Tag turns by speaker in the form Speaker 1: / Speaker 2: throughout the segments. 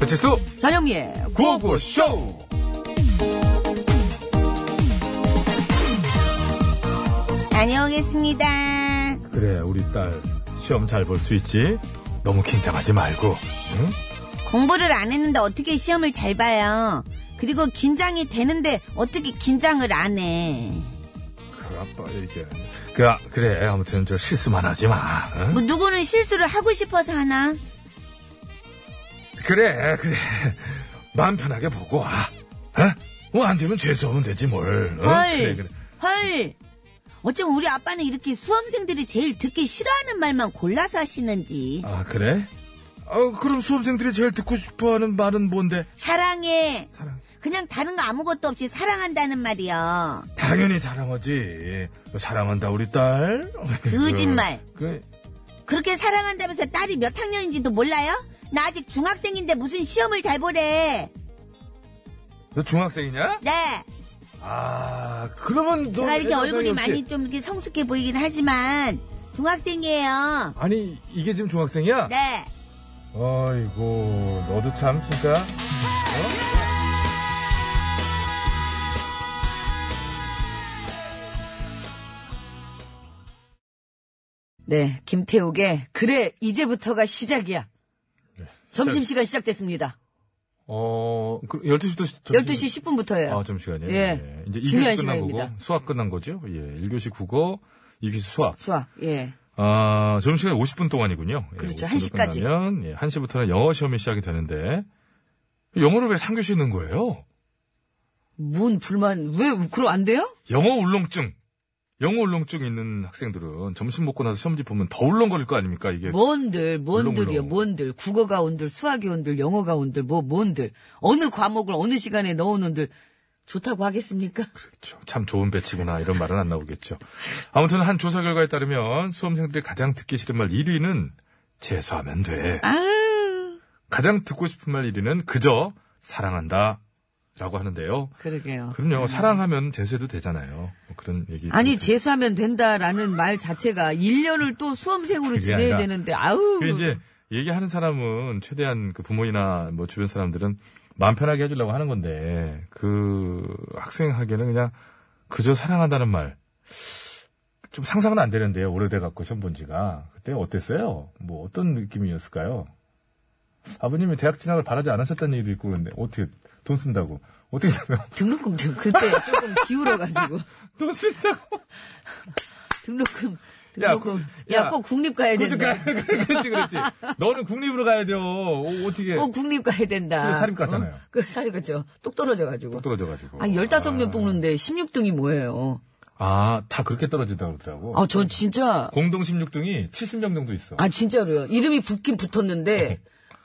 Speaker 1: 배칠수
Speaker 2: 전영미의
Speaker 1: 구호구쇼
Speaker 2: 다녀오겠습니다.
Speaker 1: 그래 우리 딸 시험 잘 볼 수 있지 너무 긴장하지 말고 응?
Speaker 2: 공부를 안 했는데 어떻게 시험을 잘 봐요? 그리고 긴장이 되는데 어떻게 긴장을 안 해?
Speaker 1: 그 아빠 이게 그 아, 그래 아무튼 저 실수만 하지 마 응?
Speaker 2: 뭐 누구는 실수를 하고 싶어서 하나?
Speaker 1: 그래 그래 마음 편하게 보고 와 뭐안 되면 재수하면 되지 뭘 응?
Speaker 2: 헐,
Speaker 1: 어? 그래 그래
Speaker 2: 헐. 어쩜 우리 아빠는 이렇게 수험생들이 제일 듣기 싫어하는 말만 골라서 하시는지.
Speaker 1: 아 그래 어 그럼 수험생들이 제일 듣고 싶어하는 말은 뭔데
Speaker 2: 사랑해.
Speaker 1: 사랑
Speaker 2: 그냥 다른 거 아무것도 없이 사랑한다는 말이야.
Speaker 1: 당연히 사랑하지 사랑한다 우리 딸
Speaker 2: 거짓말.
Speaker 1: 그,
Speaker 2: 그렇게 사랑한다면서 딸이 몇 학년인지도 몰라요? 나 아직 중학생인데 무슨 시험을 잘 보래.
Speaker 1: 너 중학생이냐
Speaker 2: 네.
Speaker 1: 아, 그러면 너.
Speaker 2: 제가 이렇게
Speaker 1: 애정사이
Speaker 2: 얼굴이
Speaker 1: 없지?
Speaker 2: 많이 좀 이렇게 성숙해 보이긴 하지만 중학생이에요.
Speaker 1: 아니, 이게 지금 중학생이야?
Speaker 2: 네.
Speaker 1: 아이고, 너도 참, 진짜.
Speaker 3: 네, 김태욱의 그래 이제부터가 시작이야. 점심시간 시작됐습니다.
Speaker 1: 어, 그, 12시부터.
Speaker 3: 12시 10분부터예요.
Speaker 1: 아, 점심시간이요?
Speaker 3: 예.
Speaker 1: 예. 이제 2교시
Speaker 3: 중요한
Speaker 1: 끝난 거고.
Speaker 3: 시간입니다.
Speaker 1: 수학 끝난 거죠? 예. 1교시 국어, 2교시 수학.
Speaker 3: 수학, 예.
Speaker 1: 아, 점심시간 50분 동안이군요. 예,
Speaker 3: 그렇죠.
Speaker 1: 50분
Speaker 3: 1시 까지.
Speaker 1: 끝나면, 예, 1시부터는 영어 시험이 시작이 되는데, 영어를 왜 3교시 있는 거예요?
Speaker 3: 뭔 불만, 왜, 그럼 안 돼요?
Speaker 1: 영어 울렁증. 영어 울렁증 있는 학생들은 점심 먹고 나서 시험지 보면 더 울렁거릴 거 아닙니까? 이게
Speaker 3: 뭔들,
Speaker 1: 물렁물렁.
Speaker 3: 뭔들이요, 뭔들. 국어가 온들, 수학이 온들, 영어가 온들, 뭐, 뭔들. 어느 과목을 어느 시간에 넣어놓은들. 좋다고 하겠습니까?
Speaker 1: 그렇죠. 참 좋은 배치구나 이런 말은 안 나오겠죠. 아무튼 한 조사 결과에 따르면 수험생들이 가장 듣기 싫은 말 1위는 재수하면 돼.
Speaker 3: 아유,
Speaker 1: 가장 듣고 싶은 말 1위는 그저 사랑한다 라고 하는데요.
Speaker 3: 그러게요.
Speaker 1: 그럼요. 사랑하면 재수해도 되잖아요. 뭐 그런 얘기.
Speaker 3: 음. 아니, 재수하면 된다라는 말 자체가 1년을 또 수험생으로
Speaker 1: 그게
Speaker 3: 지내야
Speaker 1: 아니라
Speaker 3: 되는데, 아우.
Speaker 1: 그 이제 얘기하는 사람은 최대한 그 부모이나 뭐 주변 사람들은 마음 편하게 해주려고 하는 건데 그 학생에게는 그냥 그저 사랑한다는 말. 좀 상상은 안 되는데요. 오래돼 갖고 시험 본 지가. 그때 어땠어요? 뭐 어떤 느낌이었을까요? 아버님이 대학 진학을 바라지 않으셨다는 얘기도 있고 그런데 어떻게 돈 쓴다고 어떻게 생각-
Speaker 3: 등록금, 등- 그때 조금 기울어가지고.
Speaker 1: 돈 쓴다고
Speaker 3: 등록금,
Speaker 1: 야,
Speaker 3: 등록금.
Speaker 1: 구-
Speaker 3: 야,
Speaker 1: 야,
Speaker 3: 꼭 국립 가야
Speaker 1: 그렇지
Speaker 3: 된다.
Speaker 1: 그렇지 그렇지 너는 국립으로 가야 돼요 어, 어떻게
Speaker 3: 꼭 국립 가야 된다.
Speaker 1: 그래, 사립 갔잖아요.
Speaker 3: 어? 그 사립 갔죠. 똑 떨어져가지고.
Speaker 1: 똑 떨어져가지고
Speaker 3: 한 15명 뽑는데 16등이 뭐예요?
Speaker 1: 아, 다 그렇게 떨어진다고 그러더라고.
Speaker 3: 아, 전 진짜,
Speaker 1: 공동 16등이 70명 정도 있어.
Speaker 3: 아, 진짜로요. 이름이 붙긴 붙었는데,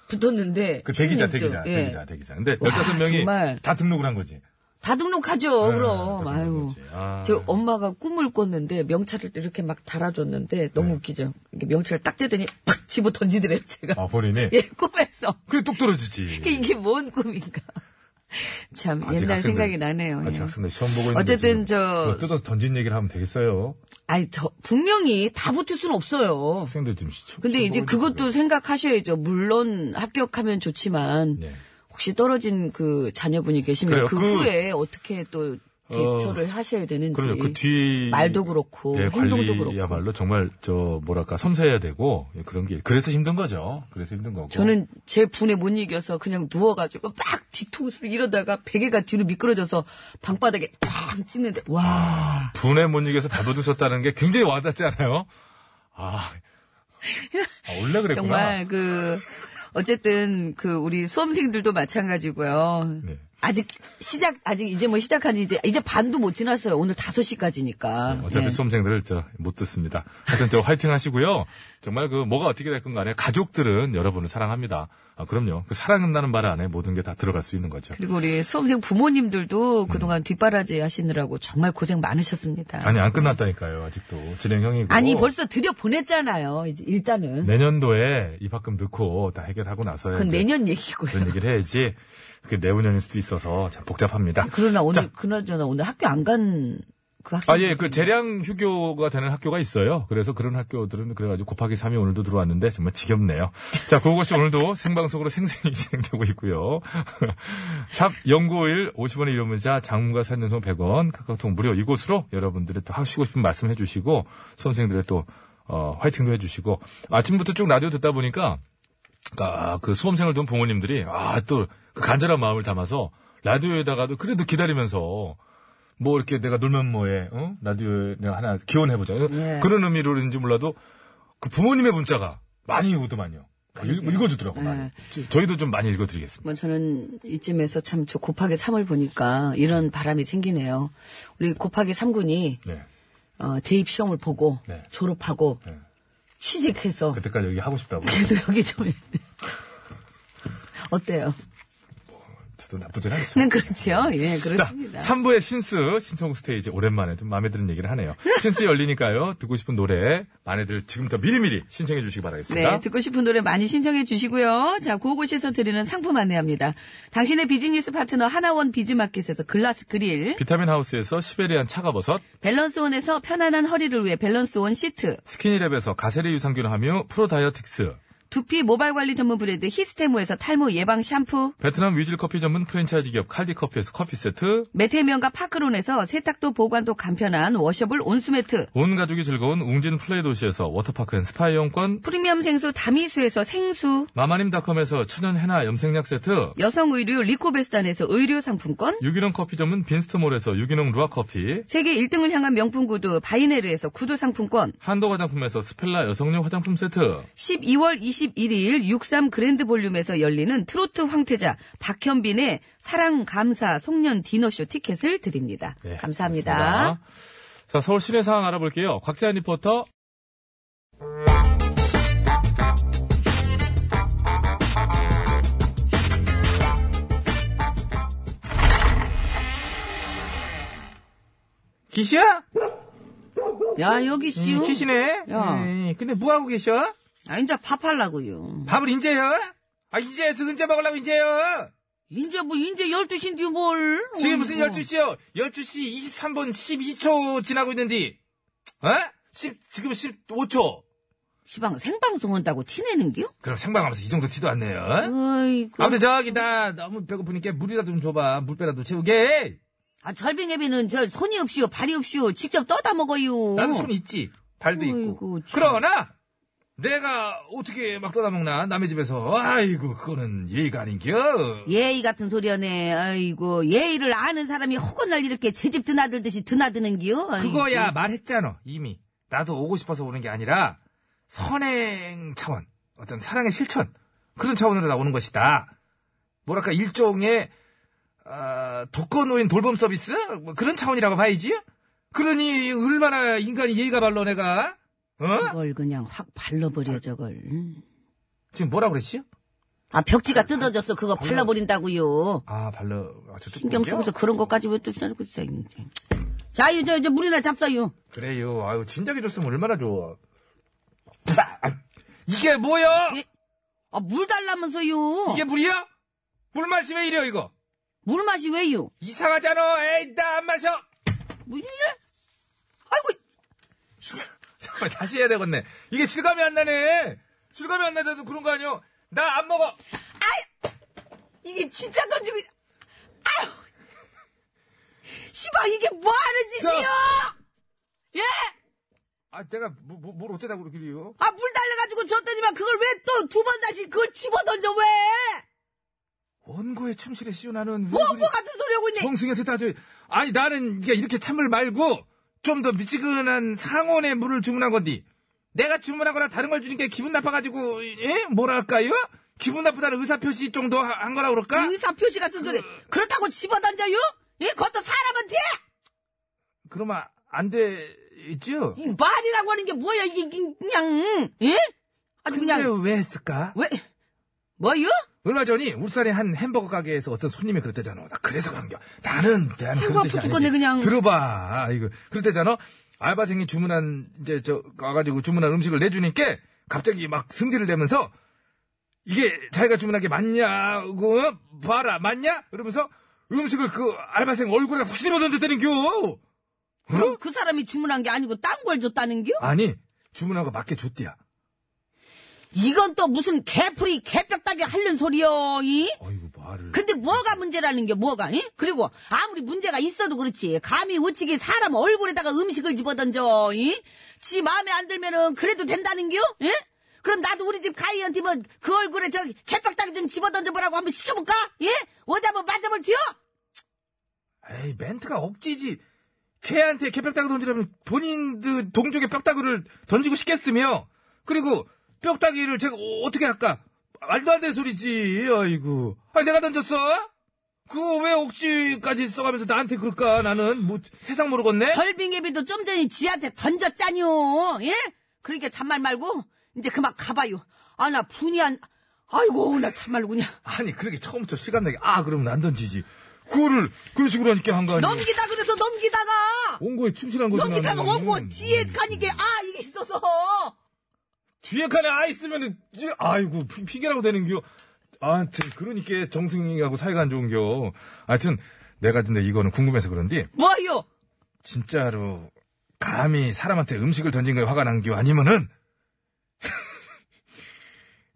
Speaker 3: 붙었는데.
Speaker 1: 네. 그 대기자,
Speaker 3: 16등.
Speaker 1: 대기자,
Speaker 3: 예.
Speaker 1: 대기자, 대기자. 근데
Speaker 3: 와,
Speaker 1: 15명이
Speaker 3: 정말.
Speaker 1: 다 등록을 한 거지.
Speaker 3: 다 등록하죠,
Speaker 1: 네,
Speaker 3: 그럼.
Speaker 1: 다 등록한
Speaker 3: 아유.
Speaker 1: 거지. 아.
Speaker 3: 저 어, 엄마가 꿈을 꿨는데 명찰을 이렇게 막 달아줬는데
Speaker 1: 네.
Speaker 3: 너무 웃기죠. 이게 명찰을 딱 떼더니 팍 집어 던지더래요, 제가.
Speaker 1: 아, 본인이?
Speaker 3: 예, 꿈에서.
Speaker 1: 그게 똑 떨어지지.
Speaker 3: 이게, 이게 뭔 꿈인가. 참,
Speaker 1: 예. 아직
Speaker 3: 옛날
Speaker 1: 학생들,
Speaker 3: 생각이 나네요.
Speaker 1: 아직
Speaker 3: 예.
Speaker 1: 학생들 시험 보고 있는
Speaker 3: 어쨌든
Speaker 1: 거 지금
Speaker 3: 저-
Speaker 1: 그거 뜯어서 던진 얘기를 하면 되겠어요.
Speaker 3: 아니, 저, 분명히 다 붙을 수는 없어요.
Speaker 1: 학생들 아. 지금 시험
Speaker 3: 근데
Speaker 1: 시험
Speaker 3: 이제
Speaker 1: 보고 있는
Speaker 3: 그것도 생각하셔야죠. 물론 합격하면 좋지만,
Speaker 1: 네.
Speaker 3: 혹시 떨어진 그 자녀분이 계시면
Speaker 1: 그래요.
Speaker 3: 그,
Speaker 1: 그- 어,
Speaker 3: 후에 어떻게 또 대처를 하셔야 되는지.
Speaker 1: 그러죠. 그 뒤.
Speaker 3: 말도 그렇고,
Speaker 1: 예,
Speaker 3: 행동도 그렇고.
Speaker 1: 관리야말로 정말, 저, 뭐랄까, 섬세해야 되고, 예, 그런 게, 그래서 힘든 거죠. 그래서 힘든 거고.
Speaker 3: 저는 제 분에 못 이겨서 그냥 누워가지고 막 뒤통수를 이러다가 베개가 뒤로 미끄러져서 방바닥에 팡 찍는데, 와.
Speaker 1: 분에 못 이겨서 발버둥쳤다는 게 굉장히 와닿지 않아요? 아, 아, 원래 그랬구나.
Speaker 3: 정말 그, 어쨌든 그 우리 수험생들도 마찬가지고요.
Speaker 1: 네.
Speaker 3: 아직 시작 아직 이제 뭐 시작한 지 이제 이제 반도 못 지났어요. 오늘 5시까지니까.
Speaker 1: 네,
Speaker 3: 네.
Speaker 1: 어차피 수험생들을 저 못 듣습니다. 하여튼 저 화이팅 하시고요. 정말 그 뭐가 어떻게 될 건 간에 가족들은 여러분을 사랑합니다. 아, 그럼요. 그 사랑한다는 말 안에 모든 게 다 들어갈 수 있는 거죠.
Speaker 3: 그리고 우리 수험생 부모님들도 그동안 뒷바라지 하시느라고 정말 고생 많으셨습니다.
Speaker 1: 음. 아니 뭐. 안 끝났다니까요. 아직도 진행형이고.
Speaker 3: 아니, 벌써 들여 보냈잖아요. 이제
Speaker 1: 네,
Speaker 3: 일단은.
Speaker 1: 내년도에 입학금 넣고 다 해결하고 나서
Speaker 3: 그건 내년 얘기고요.
Speaker 1: 그런 얘기를 해야지. 그게 내후년일 수도 있어서 참 복잡합니다.
Speaker 3: 그러나 오늘
Speaker 1: 자.
Speaker 3: 그나저나 오늘 학교 안 간 그 학생.
Speaker 1: 아, 예, 그 재량 휴교가 되는 학교가 있어요. 그래서 그런 학교들은 그래가지고 곱하기 3이 오늘도 들어왔는데 정말 지겹네요. 자, 고고씨 오늘도 생방송으로 생생히 진행되고 있고요. 샵 0951 50원의 이료 문자 장문과 산연송 100원 카카오톡 무료 이곳으로 여러분들의 또 하시고 싶은 말씀 해주시고 선생님들의 또 어, 화이팅도 해주시고 아침부터 쭉 라디오 듣다 보니까 아, 그 수험생을 둔 부모님들이 아, 또 그 간절한 마음을 담아서 라디오에다가도 그래도 기다리면서 뭐 이렇게 내가 놀면 뭐해, 어? 라디오에 내가 하나 기원해보자.
Speaker 3: 예.
Speaker 1: 그런 의미로인지 몰라도 그 부모님의 문자가 많이 오더만요.
Speaker 3: 그러게요.
Speaker 1: 읽, 어주더라고요
Speaker 3: 예.
Speaker 1: 저희도 좀 많이 읽어드리겠습니다.
Speaker 3: 뭐 저는 이쯤에서 참 저 곱하기 3을 보니까 이런 바람이 생기네요. 우리 곱하기 3군이 어,
Speaker 1: 네.
Speaker 3: 대입 시험을 보고
Speaker 1: 네.
Speaker 3: 졸업하고
Speaker 1: 네.
Speaker 3: 취직해서
Speaker 1: 그때까지 여기 하고 싶다고.
Speaker 3: 계속 여기 좀 어때요?
Speaker 1: 저도 나쁘진 않죠.
Speaker 3: 네 그렇지요. 예
Speaker 1: 자,
Speaker 3: 그렇습니다.
Speaker 1: 3부의 신스 신청 스테이지 오랜만에 좀 마음에 드는 얘기를 하네요. 신스 열리니까요. 듣고 싶은 노래 많이들 지금부터 미리미리 신청해 주시기 바라겠습니다.
Speaker 3: 네, 듣고 싶은 노래 많이 신청해 주시고요. 자, 고고시에서 드리는 상품 안내합니다. 당신의 비즈니스 파트너 하나원 비즈마켓에서 글라스 그릴,
Speaker 1: 비타민 하우스에서 시베리안 차가버섯,
Speaker 3: 밸런스온에서 편안한 허리를 위해 밸런스온 시트,
Speaker 1: 스키니랩에서 가세리 유산균 함유 프로다이어틱스,
Speaker 3: 두피 모발 관리 전문 브랜드 히스테모에서 탈모 예방 샴푸,
Speaker 1: 베트남 위즐 커피 전문 프랜차이즈 기업 칼디 커피에서 커피 세트,
Speaker 3: 메테면과 파크론에서 세탁도 보관도 간편한 워셔블 온수매트,
Speaker 1: 온 가족이 즐거운 웅진 플레이 도시에서 워터파크 앤 스파 이용권,
Speaker 3: 프리미엄 생수 다미수에서 생수,
Speaker 1: 마마님닷컴에서 천연 해나 염색약 세트,
Speaker 3: 여성 의류 리코베스탄에서 의류 상품권,
Speaker 1: 유기농 커피 전문 빈스트몰에서 유기농 루아 커피,
Speaker 3: 세계 1등을 향한 명품 구두 바이네르에서 구두 상품권,
Speaker 1: 한도 화장품에서 스펠라 여성용 화장품 세트,
Speaker 3: 12월 21일 63 그랜드 볼륨에서 열리는 트로트 황태자 박현빈의 사랑 감사 송년 디너쇼 티켓을 드립니다.
Speaker 1: 네,
Speaker 3: 감사합니다.
Speaker 1: 고맙습니다. 자, 서울 시내 상황 알아볼게요. 곽재한 리포터.
Speaker 4: 기시야?
Speaker 3: 야 여기 씨요.
Speaker 4: 음, 기시네?
Speaker 3: 야.
Speaker 4: 에이, 근데 뭐하고 계셔?
Speaker 3: 아 이제 밥하려고요.
Speaker 4: 밥을 인제요? 아, 이제서 은제 먹으려고 인제요?
Speaker 3: 이제 뭐 이제 12시인데 뭘.
Speaker 4: 지금 무슨
Speaker 3: 어이구.
Speaker 4: 12시요? 12시 23분 12초 지나고 있는데, 어? 10, 지금 15초.
Speaker 3: 시방 생방송 한다고 티내는겨?
Speaker 4: 그럼 생방하면서 이 정도 티도 안 내요? 어?
Speaker 3: 음, 아이고.
Speaker 4: 네? 아무튼 저기, 나 너무 배고프니까 물이라도 좀 줘봐. 물배라도 채우게.
Speaker 3: 아 절빙예비는 저 손이 없이요 발이 없이요 직접 떠다 먹어요.
Speaker 4: 나도 손 있지. 발도
Speaker 3: 어이구,
Speaker 4: 있고.
Speaker 3: 참.
Speaker 4: 그러나! 내가 어떻게 막 떠다먹나? 남의 집에서. 아이고, 그거는 예의가 아닌겨.
Speaker 3: 예의 같은 소리하네. 아이고 예의를 아는 사람이 혹은 날 이렇게 제 집 드나들듯이 드나드는겨. 아이고.
Speaker 4: 그거야 말했잖아 이미 나도 오고 싶어서 오는 게 아니라 선행 차원 어떤 사랑의 실천 그런 차원으로 나오는 것이다 뭐랄까 일종의 아, 독거노인 돌봄 서비스 뭐 그런 차원이라고 봐야지 그러니 얼마나 인간이 예의가 발로 내가 어
Speaker 3: 그걸 그냥 확 발라버려 저걸.
Speaker 4: 지금 뭐라 그랬지
Speaker 3: 아 벽지가 뜯어졌어 그거 발라버린다고요.
Speaker 4: 아 발로 아, 저쪽
Speaker 3: 신경
Speaker 4: 보기요?
Speaker 3: 쓰고서 그런 것까지 왜 또 쓰고 있어 있는지. 자 이제 이제 물이나 잡사요.
Speaker 4: 그래요 아유 진작에 줬으면 얼마나 좋아 아, 이게 뭐야
Speaker 3: 예. 아 물 달라면서요.
Speaker 4: 이게 물이야 물 맛이 왜 이래 이거
Speaker 3: 물 맛이 왜요?
Speaker 4: 이상하잖아. 에이, 나 안 마셔.
Speaker 3: 뭐 이래? 아이고
Speaker 4: 잠깐만, 다시 해야 되겠네. 이게 실감이 안 나네. 실감이 안 나자도 그런 거 아니야. 나 안 먹어.
Speaker 3: 이게 진짜 건지고 있- 아유 시방 이게 뭐 하는 짓이요? 예?
Speaker 4: 아, 내가 뭐, 뭐, 뭘 어쩌다고 그러길래요?
Speaker 3: 아 물 달래가지고 줬더니만 그걸 왜 또 두 번 다시 그걸 집어던져 왜?
Speaker 4: 원고에 춤실에 씌우나는
Speaker 3: 뭐뭐 같은 소리 하고 있네.
Speaker 4: 정승이한테 따져. 아니, 나는 이게 이렇게 찬물 말고 좀 더 미지근한 상온의 물을 주문한 건데 내가 주문하거나 다른 걸 주니까 기분 나빠가지고 예? 뭐랄까요? 기분 나쁘다는 의사표시 정도 하- 한 거라 그럴까?
Speaker 3: 의사 표시 같은 소리. 그렇다고 집어던져요? 예, 그것도 사람한테?
Speaker 4: 그러면 안 되죠?
Speaker 3: 이 말이라고 하는 게 뭐야, 이게, 이- 그냥, 예? 아주
Speaker 4: 근데
Speaker 3: 그냥,
Speaker 4: 왜 했을까?
Speaker 3: 왜, 뭐요?
Speaker 4: 얼마 전에 울산의 한 햄버거 가게에서 어떤 손님이 그랬대잖아. 나 그래서 그런겨. 나는 나는
Speaker 3: 아이고,
Speaker 4: 그런 뜻이 아니지.
Speaker 3: 아파 죽겠네, 그냥.
Speaker 4: 들어봐. 아, 이거 그랬대잖아. 알바생이 주문한 이제 저 와가지고 주문한 음식을 내주니까 갑자기 막 승질을 내면서 이게 자기가 주문한 게 맞냐고 어? 그 봐라 맞냐? 이러면서 음식을 그 알바생 얼굴에 확 씹어던졌다는 겨.
Speaker 3: 그럼 그 사람이 주문한 게 아니고 딴 걸 줬다는 겨?
Speaker 1: 아니, 주문하고 맞게 줬디야.
Speaker 3: 이건 또 무슨 개풀이 개벽따기 하려는 소리여, 이?
Speaker 1: 어이구, 말을.
Speaker 3: 근데 뭐가 문제라는 게 뭐가, 이? 그리고 아무리 문제가 있어도 그렇지. 감히 우치게 사람 얼굴에다가 음식을 집어던져, 이? 지 마음에 안 들면은 그래도 된다는 겨? 예? 그럼 나도 우리 집 가이한테 뭐 그 얼굴에 저 개벽따기 좀 집어던져 보라고 한번 시켜볼까? 예? 어디 한번 맞아볼 튀어?
Speaker 1: 에이, 멘트가 억지지. 걔한테 개뼈따구 던지려면 본인들 그 동족의 뼈따구를 던지고 싶겠으며, 그리고 뼈따기를 제가 어- 어떻게 할까? 말도 안 되는 소리지, 아이고. 아, 내가 던졌어? 그거 왜 억지까지 써가면서 나한테 그럴까? 나는 뭐 세상 모르겠네?
Speaker 3: 절빙애비도 좀 전에 지한테 던졌잖요. 예? 그러니까 잔말 말고 이제 그만 가봐요. 아 나 분이 안 아이고 나 참말로 그냥
Speaker 1: 아니, 그렇게 처음부터 실감나게, 아, 그러면 안 던지지. 그거를 그런 식으로 하니까 한 거 아니야?
Speaker 3: 넘기다 그래서 넘기다가
Speaker 1: 원고에 충실한 거지.
Speaker 3: 넘기다가
Speaker 1: 나는.
Speaker 3: 원고 뒤에 가니까 아 이게 있어서
Speaker 1: 뒤에 칸에 아 있으면은 이제 아이고 피- 핑계라고 되는겨. 아무튼 그러니까 정승이하고 사이가 안 좋은겨. 하여튼 내가 근데 이거는 궁금해서 그런데
Speaker 3: 뭐요?
Speaker 1: 진짜로 감히 사람한테 음식을 던진 거에 화가 난겨 아니면은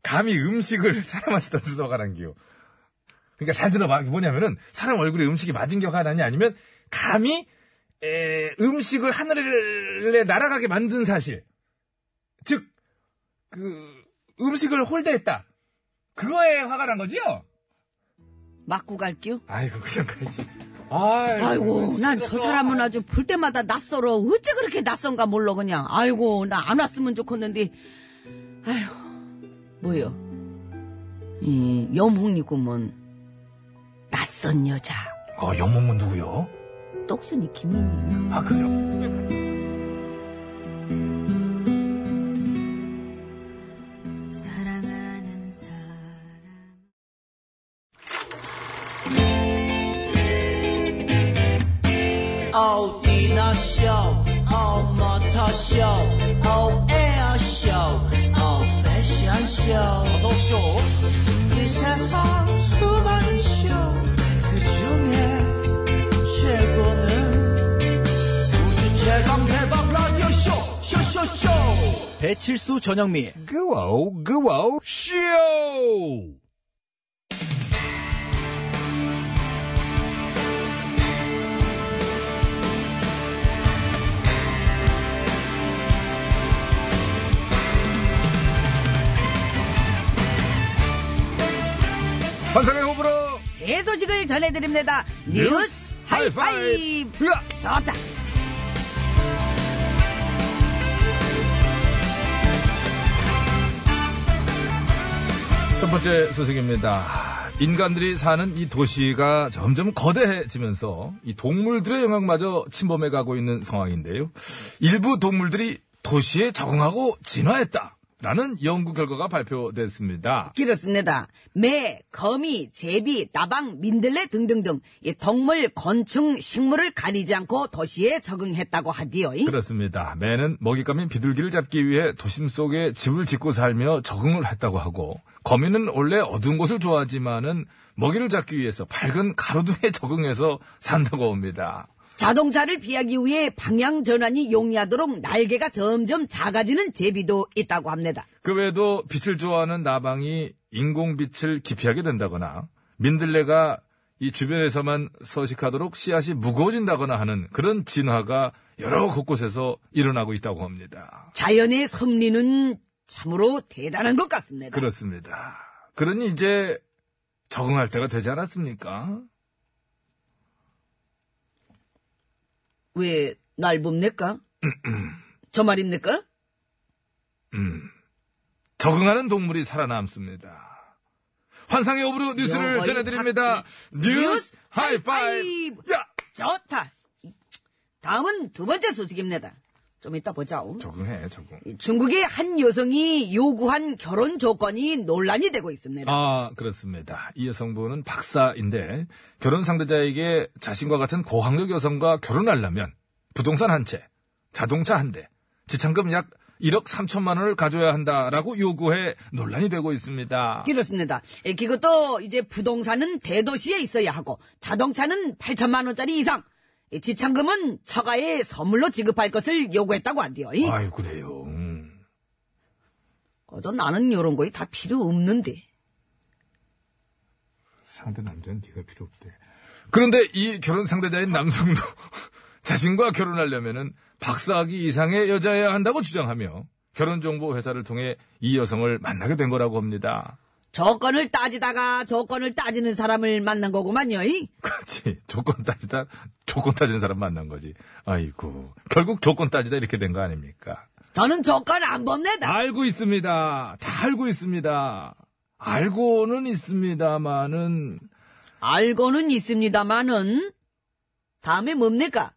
Speaker 1: 감히 음식을 사람한테 던져서 화가 난겨. 그러니까 잘 들어봐. 뭐냐면은 사람 얼굴에 음식이 맞은 게 화가 나냐 아니면 감히 에, 음식을 하늘에 날아가게 만든 사실. 즉, 그, 음식을 홀대했다. 그거에 화가 난 거지요?
Speaker 3: 맞고 갈게요.
Speaker 1: 아이고, 그냥 가야지. 아이고,
Speaker 3: 아이고 난 저 사람은 아주 볼 때마다 낯설어. 어째 그렇게 낯선가 몰라 그냥. 아이고 나 안 왔으면 좋겠는데. 아휴 뭐요? 이 염홍이구먼 낯선 여자.
Speaker 1: 어, 연몽은 누구요?
Speaker 3: 똑순이 김민희.
Speaker 1: 아, 그래요?
Speaker 2: 사랑하는 사람
Speaker 5: 어디나 쇼 어머터 쇼 어에어 쇼 어패션 쇼 어서 쇼. 이 세상 수많은 쇼그 중에 최고는 우주 최강 대박 라디오 쇼 쇼쇼쇼 배칠수 전영미
Speaker 1: 그와우, 그와우, 쇼! 환상의 호불호
Speaker 3: 제 소식을 전해드립니다. 뉴스 하이파이브.
Speaker 1: 으아!
Speaker 3: 좋다.
Speaker 1: 첫 번째 소식입니다. 인간들이 사는 이 도시가 점점 거대해지면서 이 동물들의 영역마저 침범해 가고 있는 상황인데요. 일부 동물들이 도시에 적응하고 진화했다. 라는 연구 결과가 발표됐습니다.
Speaker 3: 그렇습니다. 매, 거미, 제비, 나방, 민들레 등등등 이 동물, 곤충, 식물을 가리지 않고 도시에 적응했다고 하디요.
Speaker 1: 그렇습니다. 매는 먹잇감인 비둘기를 잡기 위해 도심 속에 집을 짓고 살며 적응을 했다고 하고 거미는 원래 어두운 곳을 좋아하지만은 먹이를 잡기 위해서 밝은 가로등에 적응해서 산다고 합니다.
Speaker 3: 자동차를 피하기 위해 방향 전환이 용이하도록 날개가 점점 작아지는 제비도 있다고 합니다.
Speaker 1: 그 외에도 빛을 좋아하는 나방이 인공빛을 기피하게 된다거나 민들레가 이 주변에서만 서식하도록 씨앗이 무거워진다거나 하는 그런 진화가 여러 곳곳에서 일어나고 있다고 합니다.
Speaker 3: 자연의 섭리는 참으로 대단한 것 같습니다.
Speaker 1: 그렇습니다. 그러니 이제 적응할 때가 되지 않았습니까?
Speaker 3: 왜 날 봅니까? 저 말입니까?
Speaker 1: 적응하는 동물이 살아남습니다. 환상의 오브로 뉴스를
Speaker 3: 영어의
Speaker 1: 전해드립니다.
Speaker 3: 학-
Speaker 1: 뉴스 하이파이브!
Speaker 3: 하이파이브!
Speaker 1: 야!
Speaker 3: 좋다. 다음은 두 번째 소식입니다. 좀 이따 보자.
Speaker 1: 적응해, 적응.
Speaker 3: 이 중국의 한 여성이 요구한 결혼 조건이 논란이 되고 있습니다.
Speaker 1: 아, 그렇습니다. 이 여성분은 박사인데 결혼 상대자에게 자신과 같은 고학력 여성과 결혼하려면 부동산 한 채, 자동차 한 대, 지참금 약 1억 3천만 원을 가져야 한다라고 요구해 논란이 되고 있습니다.
Speaker 3: 그렇습니다. 예, 그것도 이제 부동산은 대도시에 있어야 하고 자동차는 8천만 원짜리 이상, 이 지참금은 처가에 선물로 지급할 것을 요구했다고 한대요. 이.
Speaker 1: 아유, 그래요. 음.
Speaker 3: 그저 나는 요런 거에 다 필요 없는데.
Speaker 1: 상대 남자는 네가 필요 없대. 그런데 이 결혼 상대자인 남성도 자신과 결혼하려면은 박사학위 이상의 여자여야 한다고 주장하며 결혼정보 회사를 통해 이 여성을 만나게 된 거라고 합니다.
Speaker 3: 조건을 따지다가 조건을 따지는 사람을 만난 거구만요. 이.
Speaker 1: 그렇지. 조건 따지다, 조건 따지는 사람 만난 거지. 아이고. 결국 조건 따지다 이렇게 된 거 아닙니까?
Speaker 3: 저는 조건 안 법니다.
Speaker 1: 알고 있습니다. 다 알고 있습니다. 알고는 있습니다만은,
Speaker 3: 알고는 있습니다만은 다음에 뭡니까?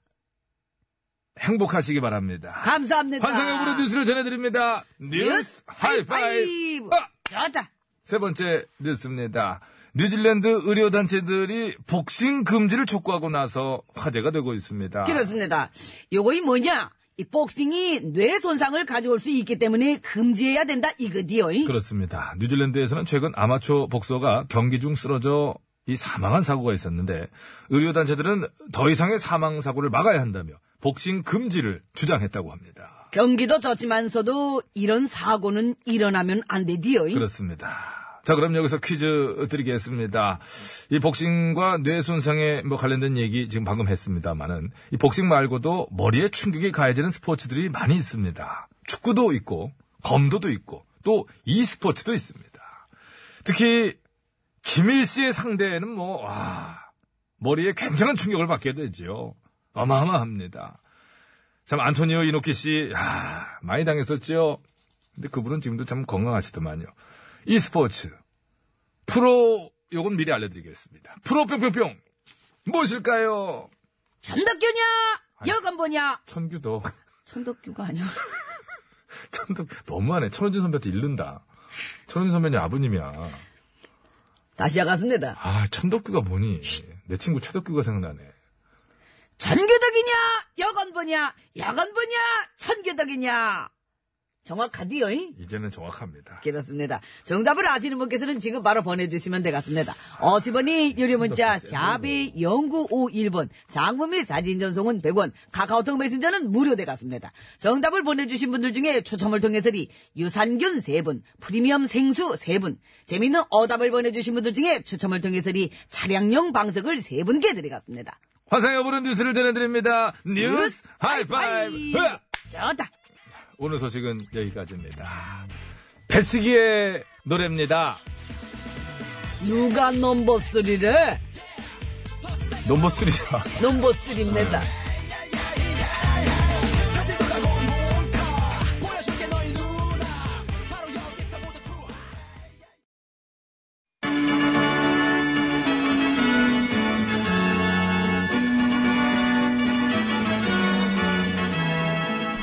Speaker 1: 행복하시기 바랍니다.
Speaker 3: 감사합니다.
Speaker 1: 환상의 오로 뉴스를 전해드립니다. 뉴스 하이파이브! 아!
Speaker 3: 좋다.
Speaker 1: 세 번째 뉴스입니다. 뉴질랜드 의료단체들이 복싱 금지를 촉구하고 나서 화제가 되고 있습니다.
Speaker 3: 그렇습니다. 요거이 뭐냐? 이 복싱이 뇌 손상을 가져올 수 있기 때문에 금지해야 된다 이거디요. 이.
Speaker 1: 그렇습니다. 뉴질랜드에서는 최근 아마추어 복서가 경기 중 쓰러져 이 사망한 사고가 있었는데 의료단체들은 더 이상의 사망 사고를 막아야 한다며 복싱 금지를 주장했다고 합니다.
Speaker 3: 경기도 좋지만서도 이런 사고는 일어나면 안 되디요. 이.
Speaker 1: 그렇습니다. 자, 그럼 여기서 퀴즈 드리겠습니다. 이 복싱과 뇌 손상에 뭐 관련된 얘기 지금 방금 했습니다만은 이 복싱 말고도 머리에 충격이 가해지는 스포츠들이 많이 있습니다. 축구도 있고 검도도 있고 또 e스포츠도 있습니다. 특히 김일 씨의 상대는 뭐 와, 머리에 굉장한 충격을 받게 되죠. 어마어마합니다. 참 안토니오 이노키 씨 야, 많이 당했었죠. 근데 그분은 지금도 참 건강하시더만요. e스포츠 프로 요건 미리 알려드리겠습니다. 프로 뿅뿅뿅 무엇일까요?
Speaker 3: 천덕규냐? 여건보냐?
Speaker 1: 천규도
Speaker 3: 천덕규가 아니야.
Speaker 1: 천덕 너무하네. 천원진 선배한테 잃는다. 천원진 선배님 아버님이야.
Speaker 3: 다시 나갔습니다.
Speaker 1: 아 천덕규가 뭐니? 내 친구 최덕규가 생각나네.
Speaker 3: 전교덕이냐? 여건보냐? 여건보냐? 천교덕이냐? 정확하디요. 잉?
Speaker 1: 이제는 정확합니다.
Speaker 3: 그렇습니다. 정답을 아시는 분께서는 지금 바로 보내주시면 되겠습니다. 어시번이 유료 문자 샵이 0951번 장문 및 사진 전송은 100원 카카오톡 메신저는 무료 되겠습니다. 정답을 보내주신 분들 중에 추첨을 통해서리 유산균 3분 프리미엄 생수 3분 재미있는 어답을 보내주신 분들 중에 추첨을 통해서리 차량용 방석을 3분께 드리겠습니다.
Speaker 1: 화상의 오보는 뉴스를 전해드립니다. 뉴스 하이파이브! 으악!
Speaker 3: 좋다.
Speaker 1: 오늘 소식은 여기까지입니다. 배치기의 노래입니다.
Speaker 3: 누가 넘버 3를
Speaker 1: 넘버 3다.
Speaker 3: 넘버 3입니다.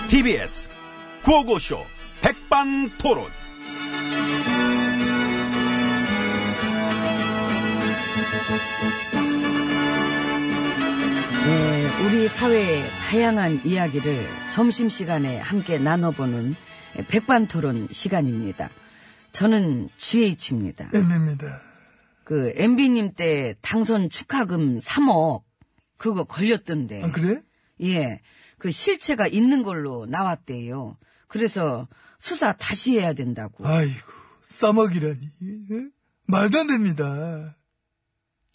Speaker 6: TBS 구호고쇼 백반토론.
Speaker 7: 네, 우리 사회의 다양한 이야기를 점심시간에 함께 나눠보는 백반토론 시간입니다. 저는 GH입니다. MB입니다. 그 MB님 때 당선 축하금 3억 그거 걸렸던데.
Speaker 8: 아, 그래?
Speaker 7: 예. 그 실체가 있는 걸로 나왔대요. 그래서 수사 다시 해야 된다고.
Speaker 8: 아이고, 싸먹이라니. 예? 말도 안 됩니다.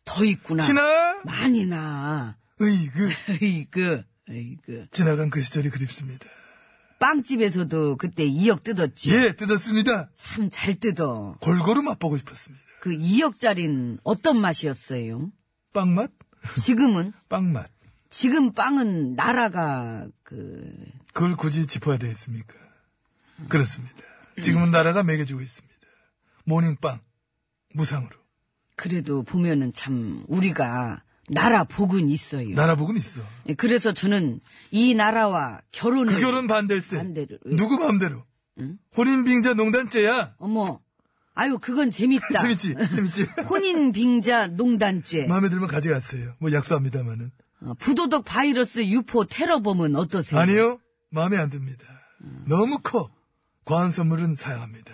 Speaker 7: 더 있구나.
Speaker 8: 티나?
Speaker 7: 많이 나.
Speaker 8: 으이그,
Speaker 7: 으이그, 으이그.
Speaker 8: 지나간 그 시절이 그립습니다.
Speaker 7: 빵집에서도 그때 2억 뜯었지.
Speaker 8: 예, 뜯었습니다.
Speaker 7: 참 잘 뜯어.
Speaker 8: 골고루 맛보고 싶었습니다.
Speaker 7: 그 2억짜린 어떤 맛이었어요?
Speaker 8: 빵맛?
Speaker 7: 지금은?
Speaker 8: 빵맛.
Speaker 7: 지금 빵은 나라가 그
Speaker 8: 그걸 굳이 짚어야 되겠습니까? 그렇습니다. 지금은 나라가 먹여주고 있습니다. 모닝빵. 무상으로.
Speaker 7: 그래도 보면은 참 우리가 나라 복은 있어요.
Speaker 8: 나라복은 있어.
Speaker 7: 예, 그래서 저는 이 나라와 결혼을
Speaker 8: 그 결혼 반댈세.
Speaker 7: 반대를
Speaker 3: 예.
Speaker 7: 왜-
Speaker 8: 누구 마음대로. 혼인빙자 농단죄야.
Speaker 7: 어머 아유 그건 재밌다.
Speaker 8: 재밌지? 재밌지?
Speaker 7: 혼인 빙자 농단죄
Speaker 8: 마음에 들면 가져갔어요. 뭐 약속합니다만은.
Speaker 7: 어, 부도덕 바이러스 유포 테러범은 어떠세요?
Speaker 8: 아니요. 마음에 안 듭니다. 너무 커. 과한 선물은 사양합니다.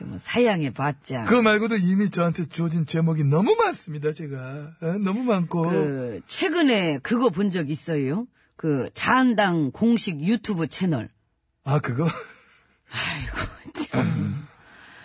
Speaker 3: 뭐 사양해 봤자.
Speaker 8: 그거 말고도 이미 저한테 주어진 제목이 너무 많습니다, 제가. 어, 너무 많고.
Speaker 3: 그 최근에 그거 본 적 있어요? 그 자한당 공식 유튜브 채널.
Speaker 8: 아, 그거?
Speaker 3: 아이고 참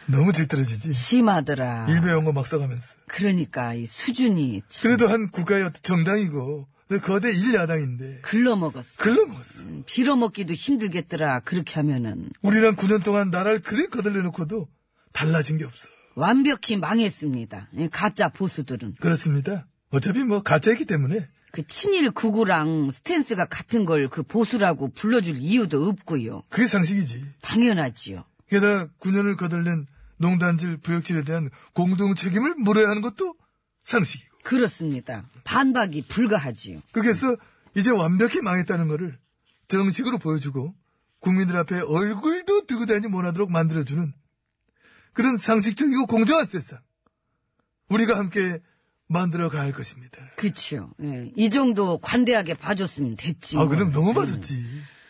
Speaker 8: 너무 질떨어지지.
Speaker 3: 심하더라.
Speaker 8: 일베 영어 막 써가면서.
Speaker 3: 그러니까 이 수준이 참
Speaker 8: 그래도 한 국가의 어떤 정당이고, 거대 일야당인데
Speaker 3: 글러먹었어.
Speaker 8: 글로 먹었어.
Speaker 3: 빌어먹기도 힘들겠더라. 그렇게 하면은
Speaker 8: 우리랑 9년 동안 나라를 그리 거들려놓고도 달라진 게 없어.
Speaker 3: 완벽히 망했습니다. 이 가짜 보수들은
Speaker 8: 그렇습니다. 어차피 뭐 가짜이기 때문에.
Speaker 3: 그 친일 구구랑 스탠스가 같은 걸 그 보수라고 불러줄 이유도 없고요.
Speaker 8: 그게 상식이지.
Speaker 3: 당연하지요.
Speaker 8: 게다가 9년을 거들린 농단질, 부역질에 대한 공동 책임을 물어야 하는 것도 상식이고.
Speaker 3: 그렇습니다. 반박이 불가하지요.
Speaker 8: 그래서 이제 완벽히 망했다는 거를 정식으로 보여주고 국민들 앞에 얼굴도 들고 다니지 못하도록 만들어주는 그런 상식적이고 공정한 세상. 우리가 함께 만들어 가야 할 것입니다.
Speaker 3: 그치요. 예, 이 정도 관대하게 봐줬으면 됐지.
Speaker 8: 아,
Speaker 3: 뭐.
Speaker 8: 그럼 너무
Speaker 3: 음.
Speaker 8: 맞았지.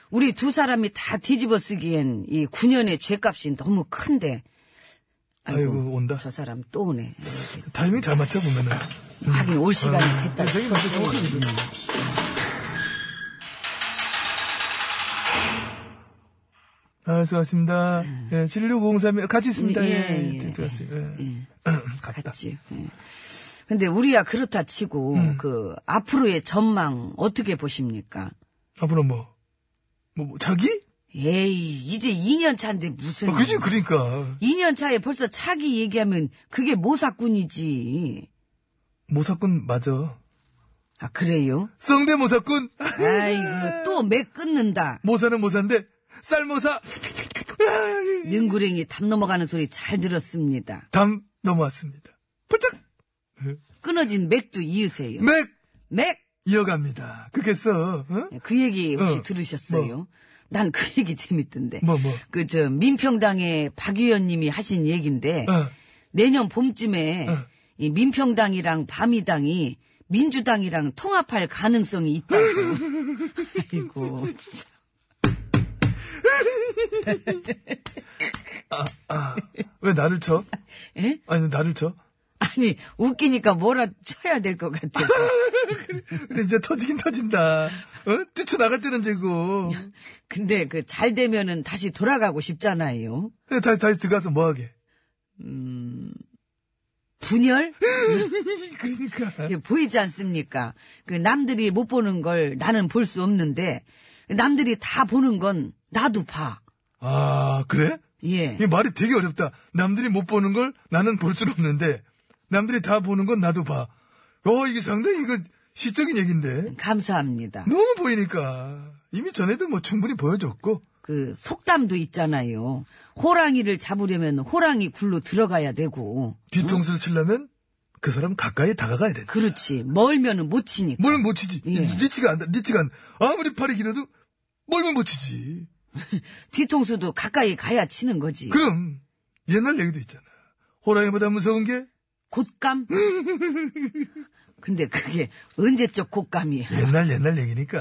Speaker 3: 우리 두 사람이 다 뒤집어 쓰기엔 이 9년의 죄값이 너무 큰데.
Speaker 8: 아이고, 온다.
Speaker 3: 저 사람 또 오네.
Speaker 8: 타이밍 잘 맞춰 보면은.
Speaker 3: 하긴 올 시간이 됐다.
Speaker 8: 저기 먼저 좀 올리고. 아, 수고하십니다. 예, 7653, 같이 있습니다.
Speaker 3: 음, 예, 예,
Speaker 8: 예, 예, 들어갔어요. 예.
Speaker 3: 같지. 예. 근데 우리야 그렇다 치고
Speaker 8: 음.
Speaker 3: 그 앞으로의 전망 어떻게 보십니까?
Speaker 8: 앞으로 뭐, 뭐, 뭐, 자기?
Speaker 3: 에이 이제 2년 차인데 무슨?
Speaker 8: 아, 그지, 그러니까.
Speaker 3: 2년 차에 벌써 차기 얘기하면 그게 모사꾼이지.
Speaker 8: 모사꾼 맞아.
Speaker 3: 아 그래요?
Speaker 8: 성대 모사꾼!
Speaker 3: 아이고 또 매 끊는다.
Speaker 8: 모사는 모사인데, 쌀모사!
Speaker 3: 능구랭이 담 넘어가는 소리 잘 들었습니다.
Speaker 8: 담 넘어왔습니다. 폴짝!
Speaker 3: 끊어진 맥도 이으세요.
Speaker 8: 맥!
Speaker 3: 맥!
Speaker 8: 이어갑니다. 그겠어, 어?
Speaker 3: 그 얘기 혹시
Speaker 8: 어,
Speaker 3: 들으셨어요? 난 그 얘기 재밌던데.
Speaker 8: 뭐, 뭐.
Speaker 3: 그, 저, 민평당의 박 의원님이 하신 얘기인데,
Speaker 8: 어.
Speaker 3: 내년 봄쯤에, 이 민평당이랑 바미당이 민주당이랑 통합할 가능성이 있다고. 아이고. 참.
Speaker 8: 왜 나를 쳐?
Speaker 3: 예?
Speaker 8: 아니, 나를 쳐?
Speaker 3: 아니, 웃기니까 뭐라 쳐야 될 것 같아서.
Speaker 8: 근데 이제 터지긴 터진다. 어? 뛰쳐나갈 때는 되고.
Speaker 3: 근데 그 잘 되면은 다시 돌아가고 싶잖아요.
Speaker 8: 근데 다시, 다시 들어가서 뭐 하게.
Speaker 3: 분열?
Speaker 8: 그러니까.
Speaker 3: 이게 보이지 않습니까? 그 남들이 못 보는 걸 나는 볼 수 없는데 남들이 다 보는 건 나도 봐.
Speaker 8: 아, 그래?
Speaker 3: 예.
Speaker 8: 이 말이 되게 어렵다. 남들이 못 보는 걸 나는 볼 수는 없는데, 남들이 다 보는 건 나도 봐. 어, 이게 상당히 이거 시적인 얘기인데.
Speaker 3: 감사합니다.
Speaker 8: 너무 보이니까. 이미 전에도 뭐 충분히 보여줬고.
Speaker 3: 그 속담도 있잖아요. 호랑이를 잡으려면 호랑이 굴로 들어가야 되고.
Speaker 8: 뒤통수를 치려면 그 사람 가까이 다가가야 된다.
Speaker 3: 그렇지. 멀면은 못 치니까.
Speaker 8: 뭘못 치지.
Speaker 3: 예.
Speaker 8: 리치가 안, 돼. 리치가 안. 돼. 아무리 팔이 길어도 뭘면 못 치지.
Speaker 3: 뒤통수도 가까이 가야 치는 거지.
Speaker 8: 그럼 옛날 얘기도 있잖아. 호랑이보다 무서운 게
Speaker 3: 곶감? 근데 그게 언제적 곶감이야.
Speaker 8: 옛날 옛날 얘기니까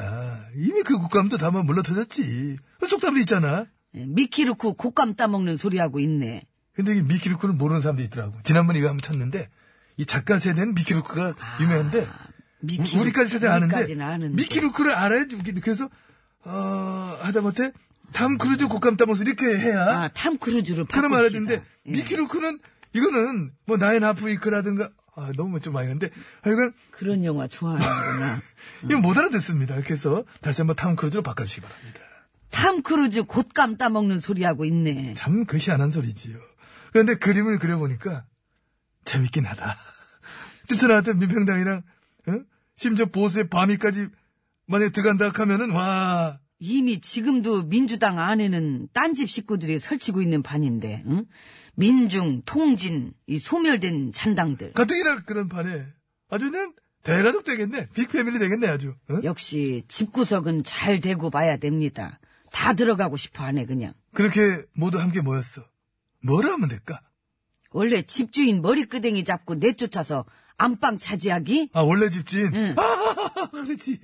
Speaker 8: 이미 그 국감도 다만 물러터졌지. 속담도 있잖아.
Speaker 3: 예, 미키루쿠 곶감 따먹는 소리하고 있네.
Speaker 8: 근데 이 미키루크는 모르는 사람도 있더라고. 지난번에 이거 한번 쳤는데 이 작가 세대는 미키루크가 유명한데
Speaker 3: 아, 미키루크,
Speaker 8: 우, 리까지 찾아 아는데,
Speaker 3: 우리까지는 아는데.
Speaker 8: 미키루크를 알아야지 웃기는 그래서 어, 하다못해 탐 크루즈 국감 따먹어서 이렇게 해야
Speaker 3: 아, 탐크루즈로 바꿉시다.
Speaker 8: 그럼 알았는데
Speaker 3: 예.
Speaker 8: 미키루크는 이거는 뭐 나인 하프이크라든가 아 너무 좀 많이 갔는데 하여간
Speaker 3: 그런 영화 좋아하는구나.
Speaker 8: 이거 못 알아듣습니다. 그래서 다시 한번 탐 크루즈로 바꿔주시기 바랍니다.
Speaker 3: 탐크루즈 곶감 따먹는 소리하고 있네.
Speaker 8: 참 그 희한한 소리지요. 그런데 그림을 그려보니까 재밌긴 하다. 뛰쳐나왔던 민평당이랑 어? 심지어 보수의 밤이까지 만약에 들어간다 하면은 와
Speaker 3: 이미 지금도 민주당 안에는 딴집 식구들이 설치고 있는 반인데, 응? 민중, 통진, 이 소멸된 잔당들.
Speaker 8: 가뜩이나 그런 판에 아주 그냥 대가족 되겠네. 빅패밀리 되겠네 아주. 어?
Speaker 3: 역시 집구석은 잘 되고 봐야 됩니다. 다 들어가고 싶어 하네, 그냥.
Speaker 8: 그렇게 모두 함께 모였어. 뭐라 하면 될까?
Speaker 3: 원래 집주인 머리끄댕이 잡고 내쫓아서 안방 차지하기?
Speaker 8: 아 원래 집주인.
Speaker 3: 응.
Speaker 8: 아, 그렇지.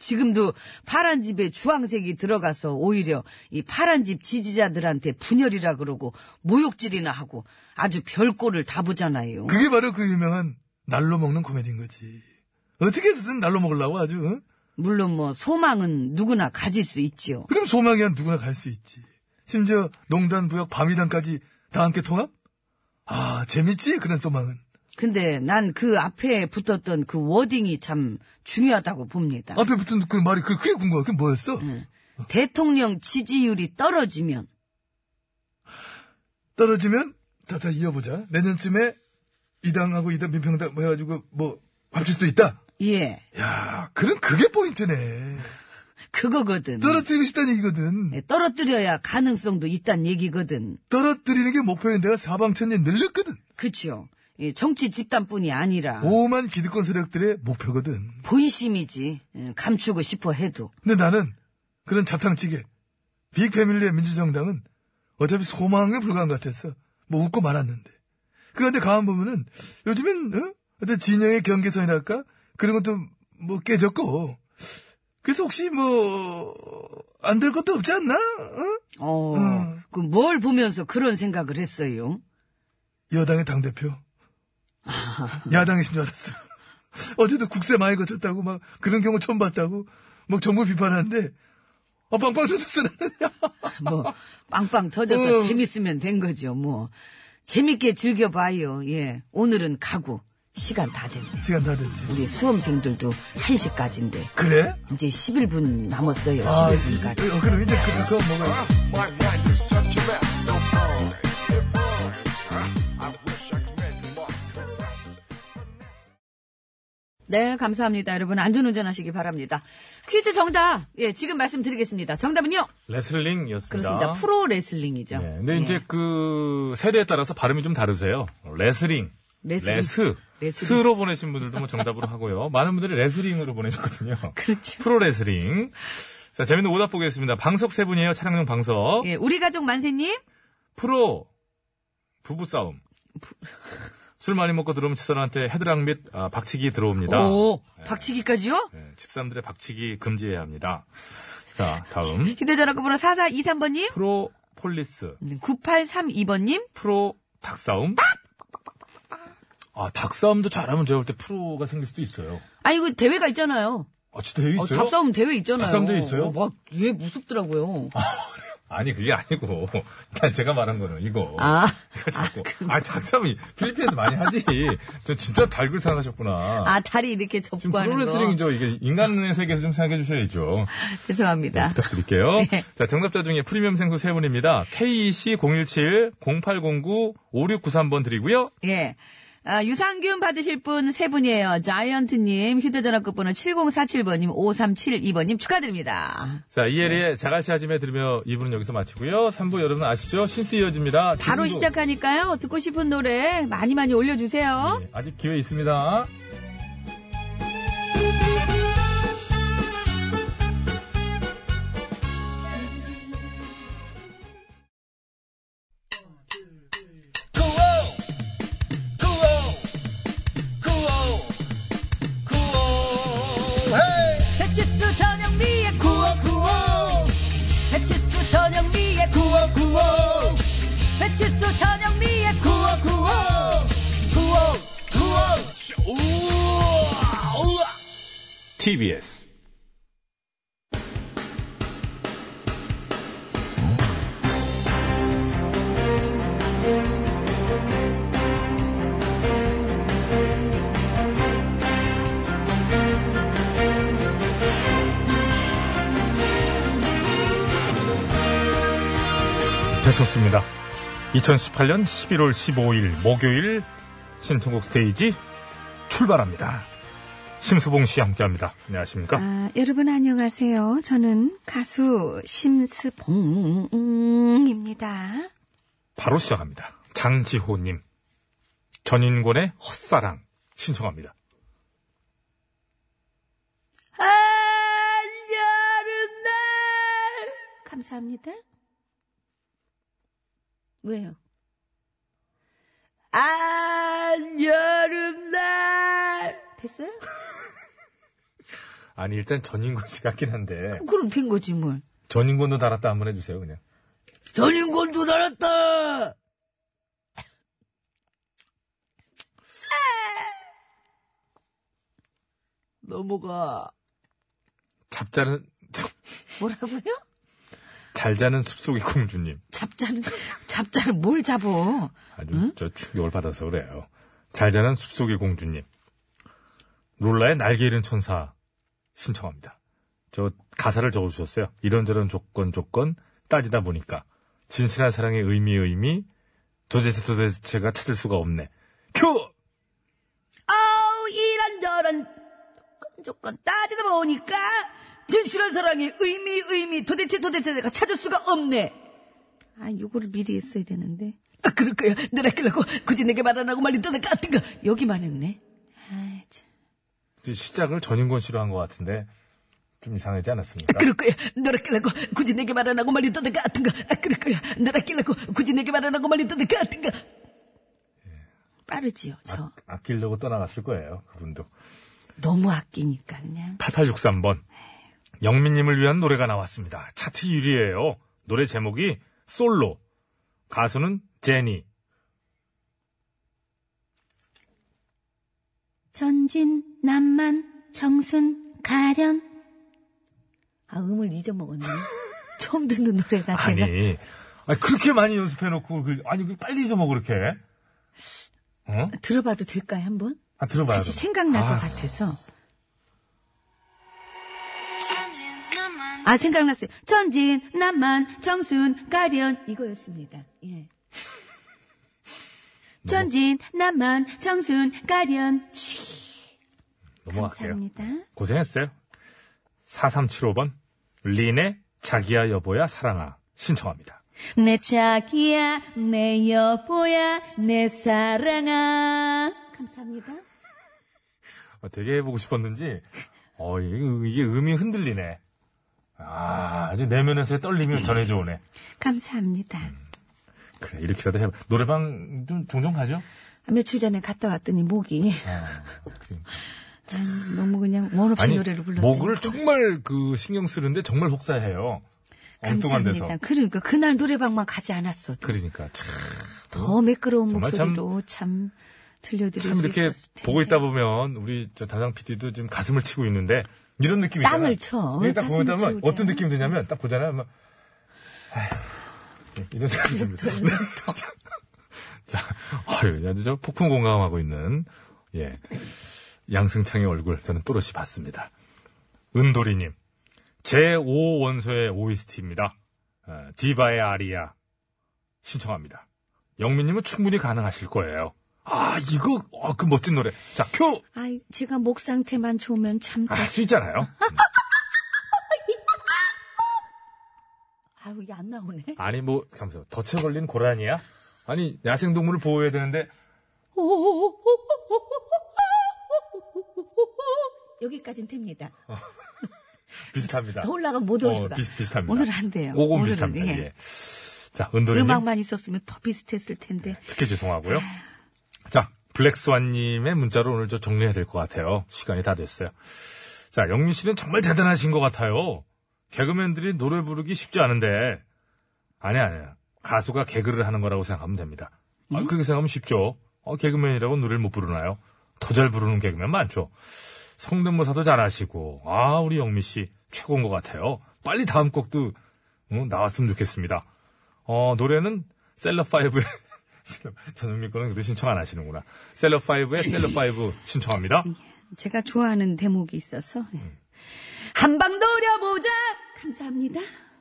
Speaker 3: 지금도 파란 집에 주황색이 들어가서 오히려 이 파란 집 지지자들한테 분열이라 그러고 모욕질이나 하고 아주 별꼴을 다 보잖아요.
Speaker 8: 그게 바로 그 유명한 날로 먹는 코미디인 거지. 어떻게 해서든 날로 먹으려고 아주. 어? 응?
Speaker 3: 물론 뭐 소망은 누구나 가질 수 있지요.
Speaker 8: 그럼 소망이 한 누구나 갈 수 있지. 심지어 농단, 부역, 밤이단까지 다 함께 통합? 아, 재밌지? 그런 소망은.
Speaker 3: 근데 난 그 앞에 붙었던 그 워딩이 참 중요하다고 봅니다.
Speaker 8: 앞에 붙은 그 말이 그, 그게 궁금해. 그게 뭐였어?
Speaker 3: 대통령 지지율이 떨어지면
Speaker 8: 떨어지면 다, 다 이어보자. 내년쯤에 이당하고 이당 민평당 뭐 해가지고 뭐 합칠 수도 있다.
Speaker 3: 예
Speaker 8: 야, 그럼 그게 포인트네.
Speaker 3: 그거거든.
Speaker 8: 떨어뜨리고 싶다는 얘기거든.
Speaker 3: 예, 떨어뜨려야 가능성도 있단 얘기거든.
Speaker 8: 떨어뜨리는 게 목표인 내가 사방천리 늘렸거든.
Speaker 3: 그치요. 예, 정치 집단뿐이 아니라
Speaker 8: 오만 기득권 세력들의 목표거든.
Speaker 3: 본심이지. 예, 감추고 싶어 해도.
Speaker 8: 근데 나는 그런 잡탕찌개, 빅패밀리의 민주정당은 어차피 소망에 불과한 것 같았어. 뭐 웃고 말았는데. 그런데 가만 보면은 요즘엔 어? 어떤 진영의 경계선이랄까 그런 것도 뭐 깨졌고. 그래서 혹시 뭐 안 될 것도 없지 않나? 어?
Speaker 3: 어,
Speaker 8: 어.
Speaker 3: 그 뭘 보면서 그런 생각을 했어요?
Speaker 8: 여당의 당 대표. 야당이신 줄 알았어. 어제도 국세 많이 거쳤다고 막 그런 경우 처음 봤다고 막 정부 비판하는데 아 빵빵 터졌어 나는.
Speaker 3: 뭐 빵빵 터져서
Speaker 8: 어.
Speaker 3: 재밌으면 된 거죠. 뭐 재밌게 즐겨봐요. 예, 오늘은 가고 시간 다 됐네.
Speaker 8: 시간 다 됐지.
Speaker 3: 우리 수험생들도 1시까지인데
Speaker 8: 그래?
Speaker 3: 이제 11분 남았어요.
Speaker 8: 아,
Speaker 3: 11분까지.
Speaker 8: 이- 어, 그럼 이제 그, 그거 먹어요.
Speaker 3: 네, 감사합니다. 여러분 안전운전 하시기 바랍니다. 퀴즈 정답. 예, 지금 말씀드리겠습니다. 정답은요.
Speaker 1: 레슬링이었습니다.
Speaker 3: 그렇습니다. 프로 레슬링이죠.
Speaker 1: 네, 근데
Speaker 3: 예,
Speaker 1: 이제 그 세대에 따라서 발음이 좀 다르세요. 레슬링.
Speaker 3: 레슬링.
Speaker 1: 레스.
Speaker 3: 레슬링.
Speaker 1: 스로 보내신 분들도 뭐 정답으로 하고요. 많은 분들이 레슬링으로 보내셨거든요.
Speaker 3: 그렇죠.
Speaker 1: 프로 레슬링. 자, 재밌는 오답 보겠습니다. 방석 세 분이에요. 차량용 방석.
Speaker 3: 예, 우리 가족 만세님.
Speaker 1: 프로 부부싸움. 술 많이 먹고 들어오면 집사람한테 헤드락 및 아, 박치기 들어옵니다.
Speaker 3: 오, 박치기까지요?
Speaker 1: 예, 집사람들의 박치기 금지해야 합니다. 자, 다음.
Speaker 3: 휴대전화 번호 4423번님, 네,
Speaker 1: 프로 폴리스.
Speaker 3: 9832번님,
Speaker 1: 프로 닭싸움. 아, 닭싸움도 잘하면 제가 볼 때 프로가 생길 수도 있어요.
Speaker 3: 아, 이거 대회가 있잖아요.
Speaker 1: 아, 진짜 되어
Speaker 3: 어,
Speaker 1: 있어요?
Speaker 3: 답싸움 대회 있잖아요.
Speaker 1: 답싸움 대회 있어요?
Speaker 3: 어, 막, 예, 무섭더라고요.
Speaker 1: 아니, 그게 아니고. 일단 제가 말한 거는 이거.
Speaker 3: 아,
Speaker 1: 이거 자꾸. 아, 닭싸움이 필리핀에서 많이 하지. 저 진짜 닭을 생각하셨구나.
Speaker 3: 아, 다리 이렇게 접고
Speaker 1: 지금
Speaker 3: 하는 거.
Speaker 1: 프로레슬링이죠. 이게 인간의 세계에서 좀 생각해 주셔야죠.
Speaker 3: 죄송합니다.
Speaker 1: 부탁드릴게요.
Speaker 3: 네.
Speaker 1: 자, 정답자 중에 프리미엄 생수 세 분입니다. E KEC017-0809-5693번 드리고요.
Speaker 3: 예. 아, 유산균 받으실 분 세 분이에요. 자이언트님, 휴대전화 끝번호 7047번님, 5372번님 축하드립니다.
Speaker 1: 자, 이혜리의 자갈시 아침에 들으며 2부는 여기서 마치고요. 3부 여러분 아시죠? 신스 이어집니다.
Speaker 3: 바로
Speaker 1: 지금도-
Speaker 3: 시작하니까요. 듣고 싶은 노래 많이 많이 올려주세요.
Speaker 1: 네, 아직 기회 있습니다. 네.
Speaker 3: 배치수 저녁 위에 구워 구워. 배치수 저녁 위에 구워 구워. 배치수 저녁 위에 구워
Speaker 1: TBS. 배쳤습니다. 2018년 11월 15일 목요일 신청곡 스테이지 출발합니다. 심수봉 씨 함께합니다. 안녕하십니까?
Speaker 3: 아, 여러분 안녕하세요. 저는 가수 심스봉입니다.
Speaker 1: 바로 시작합니다. 장지호님 전인권의 헛사랑 신청합니다.
Speaker 3: 아, 한여름날 감사합니다. 왜요? 아, 한여름날 됐어요?
Speaker 1: 아니 일단 전인권 씨 같긴 한데
Speaker 5: 그럼 된 거지 뭘.
Speaker 1: 전인권도 달았다 한번 해주세요 그냥.
Speaker 5: 전인권도 달았다. 넘어가.
Speaker 1: 잡자는
Speaker 5: 뭐라고요?
Speaker 1: 잘 자는 숲속의 공주님.
Speaker 5: 잡자는 잡자는 뭘 잡어?
Speaker 1: 아주 저 충격을 받아서 그래요. 잘 자는 숲속의 공주님. 룰라의 날개 잃은 천사 신청합니다. 저 가사를 적어주셨어요. 이런저런 조건 조건 따지다 보니까 진실한 사랑의 의미 의미 도대체 도대체가 찾을 수가 없네. 큐!
Speaker 3: 아우 이런저런 조건 조건 따지다 보니까
Speaker 5: 진실한 사랑이 의미 의미 도대체 도대체 내가 찾을 수가 없네.
Speaker 3: 아 요거를 미리 했어야 되는데
Speaker 5: 아, 그럴 거야. 내아끼려고 굳이 내게 말 안 하고 말린 떠날 것 같은 거 여기만 했네.
Speaker 3: 아 참.
Speaker 1: 시작을 전인권 씨로 한 것 같은데 좀 이상하지 않았습니까?
Speaker 5: 그럴 거야. 너아끼려고 굳이 내게 말 안 하고 말린 떠날 것 같은 거 아, 그럴 거야. 너아끼려고 굳이 내게 말 안 하고 말린 떠날 것 같은 거
Speaker 3: 빠르지요 저
Speaker 1: 아, 아끼려고 떠나갔을 거예요. 그분도.
Speaker 3: 너무 아끼니까 그냥
Speaker 1: 8863번. 영민님을 위한 노래가 나왔습니다. 차트 1위예요. 노래 제목이 솔로. 가수는 제니.
Speaker 9: 전진, 남만, 정순, 가련.
Speaker 3: 아 음을 잊어먹었네 처음 듣는 노래라 제가
Speaker 1: 아니, 네. 아니, 그렇게 많이 연습해놓고 그- 아니 그 빨리 잊어먹어 그렇게. 어?
Speaker 3: 들어봐도 될까요 한번
Speaker 1: 아 들어봐요.
Speaker 3: 다시 생각날
Speaker 1: 아휴.
Speaker 3: 것 같아서 아 생각났어요 천진 남만 정순 가련 이거였습니다 예
Speaker 1: 뭐.
Speaker 3: 천진 남만 정순 가련
Speaker 1: 넘어갈게요.
Speaker 3: 감사합니다
Speaker 1: 고생했어요. 4375번. 린의 자기야 여보야 사랑아 신청합니다.
Speaker 3: 내 자기야 내 여보야 내 사랑아 감사합니다
Speaker 1: 아, 되게 해보고 싶었는지, 어, 이게, 이게 음이 흔들리네. 아, 아주 내면에서의 떨림이 전해져 오네.
Speaker 3: 감사합니다
Speaker 1: 그래, 이렇게라도 해봐. 노래방 좀 종종 가죠?
Speaker 3: 아, 며칠 전에 갔다 왔더니 목이
Speaker 1: 아, 그래.
Speaker 3: 아유, 너무 그냥 원 없이
Speaker 1: 아니,
Speaker 3: 노래를 불렀다
Speaker 1: 목을 정말 그 신경 쓰는데 정말 혹사해요. 엉뚱한
Speaker 3: 감사합니다.
Speaker 1: 데서.
Speaker 3: 그러니까 그날 노래방만 가지 않았어도
Speaker 1: 그러니까 참,
Speaker 3: 음, 더 매끄러운
Speaker 1: 정말 참-
Speaker 3: 목소리로 참 들려드릴
Speaker 1: 참
Speaker 3: 수
Speaker 1: 이렇게
Speaker 3: 있었을 텐데.
Speaker 1: 보고 있다 보면 우리 저 담당 PD도 지금 가슴을 치고 있는데 이런 느낌이
Speaker 3: 땅을 쳐.
Speaker 1: 이게 그러니까 딱 보고
Speaker 3: 가슴을
Speaker 1: 있다면
Speaker 3: 치고
Speaker 1: 어떤
Speaker 3: 그래.
Speaker 1: 느낌이 드냐면 딱 보잖아요. 막, 아휴, 이런 생각이 듭니다.
Speaker 3: 그렇죠.
Speaker 1: 자, 아유, 아주 저 폭풍 공감하고 있는, 예. 양승창의 얼굴, 저는 또렷이 봤습니다. 은도리님, 제5원소의 OST입니다. 아, 디바의 아리아, 신청합니다. 영민님은 충분히 가능하실 거예요. 아, 이거, 어, 그 멋진 노래. 자, 큐!
Speaker 3: 아이, 제가 목 상태만 좋으면 참.
Speaker 1: 알 수 있잖아요.
Speaker 3: 아우, 이게 안 나오네.
Speaker 1: 아니, 뭐, 잠깐만, 덫에 걸린 고라니야? 아니, 야생동물을 보호해야 되는데,
Speaker 3: 여기까진 됩니다.
Speaker 1: 비슷합니다.
Speaker 3: 더 올라가면 못
Speaker 1: 어,
Speaker 3: 올라가.
Speaker 1: 비슷, 비슷합니다.
Speaker 3: 오늘 안 돼요.
Speaker 1: 오건
Speaker 3: 오늘은,
Speaker 1: 비슷합니다.
Speaker 3: 예.
Speaker 1: 예. 자, 은도리님.
Speaker 3: 음악만 있었으면 더 비슷했을 텐데.
Speaker 1: 특히 죄송하고요. 자, 블랙스완님의 문자로 오늘 저 정리해야 될 것 같아요. 시간이 다 됐어요. 자, 영민 씨는 정말 대단하신 것 같아요. 개그맨들이 노래 부르기 쉽지 않은데, 아니, 아니야. 가수가 개그를 하는 거라고 생각하면 됩니다. 아, 그렇게 생각하면 쉽죠. 어, 개그맨이라고 노래를 못 부르나요? 더 잘 부르는 개그맨 많죠. 성대모사도 잘하시고, 아, 우리 영민 씨 최고인 것 같아요. 빨리 다음 곡도 어, 나왔으면 좋겠습니다. 어, 노래는 셀럽5의 전현민 거는 그래도 신청 안 하시는구나. 셀럽5의 셀럽5 신청합니다.
Speaker 3: 제가 좋아하는 대목이 있어서. 예.
Speaker 1: 음.
Speaker 3: 한방 노려보자! 감사합니다.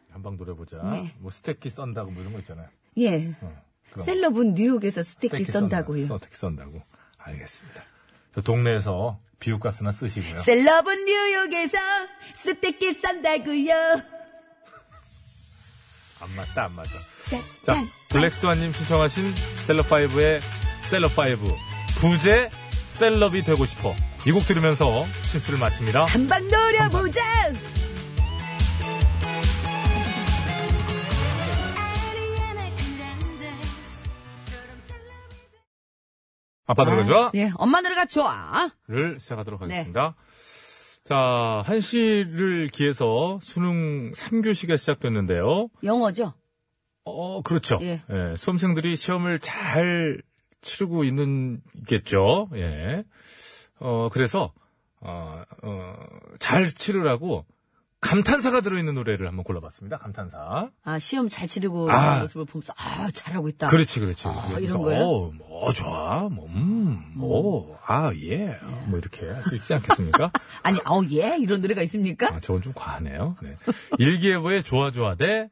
Speaker 1: 한방 노려보자.
Speaker 3: 네.
Speaker 1: 뭐 스테키 썬다고 뭐 이런 거 있잖아요.
Speaker 3: 예.
Speaker 1: 어, 그런 거.
Speaker 3: 셀럽은 뉴욕에서 스테키 썬다고요.
Speaker 1: 스테키 썬다고. 알겠습니다. 저 동네에서 비우가스나 쓰시고요.
Speaker 3: 셀럽은 뉴욕에서 스테키 썬다고요.
Speaker 1: 안 맞다, 안 맞다. 자, 블랙스완님 신청하신 셀럽5의 셀럽5. 부제 셀럽이 되고 싶어. 이 곡 들으면서 신수를 마칩니다.
Speaker 3: 한방 노려보자.
Speaker 1: 아빠 노래 좋아?
Speaker 5: 예, 엄마 노래가 좋아.
Speaker 3: 예, 네.
Speaker 1: 를 시작하도록 하겠습니다. 자, 한시를 기해서 수능 3교시가 시작됐는데요.
Speaker 3: 영어죠?
Speaker 1: 어, 그렇죠.
Speaker 3: 예.
Speaker 1: 수험생들이 시험을 잘 치르고 있는겠죠. 예. 어, 그래서, 어, 어, 잘 치르라고 감탄사가 들어있는 노래를 한번 골라봤습니다. 감탄사.
Speaker 3: 아, 시험 잘 치르고
Speaker 1: 아.
Speaker 3: 모습을 보면서, 아, 잘하고 있다.
Speaker 1: 그렇지, 그렇지.
Speaker 3: 아,
Speaker 1: 그래서,
Speaker 3: 이런 거예요?
Speaker 1: 어우, 뭐, 좋아, 뭐, 음, 뭐, 아, 예. 뭐, 이렇게 할 수 있지 않겠습니까?
Speaker 3: 아니, 아우, 예? 이런 노래가 있습니까?
Speaker 1: 아, 저건 좀 과하네요. 네. 일기예보의 좋아, 좋아, 대.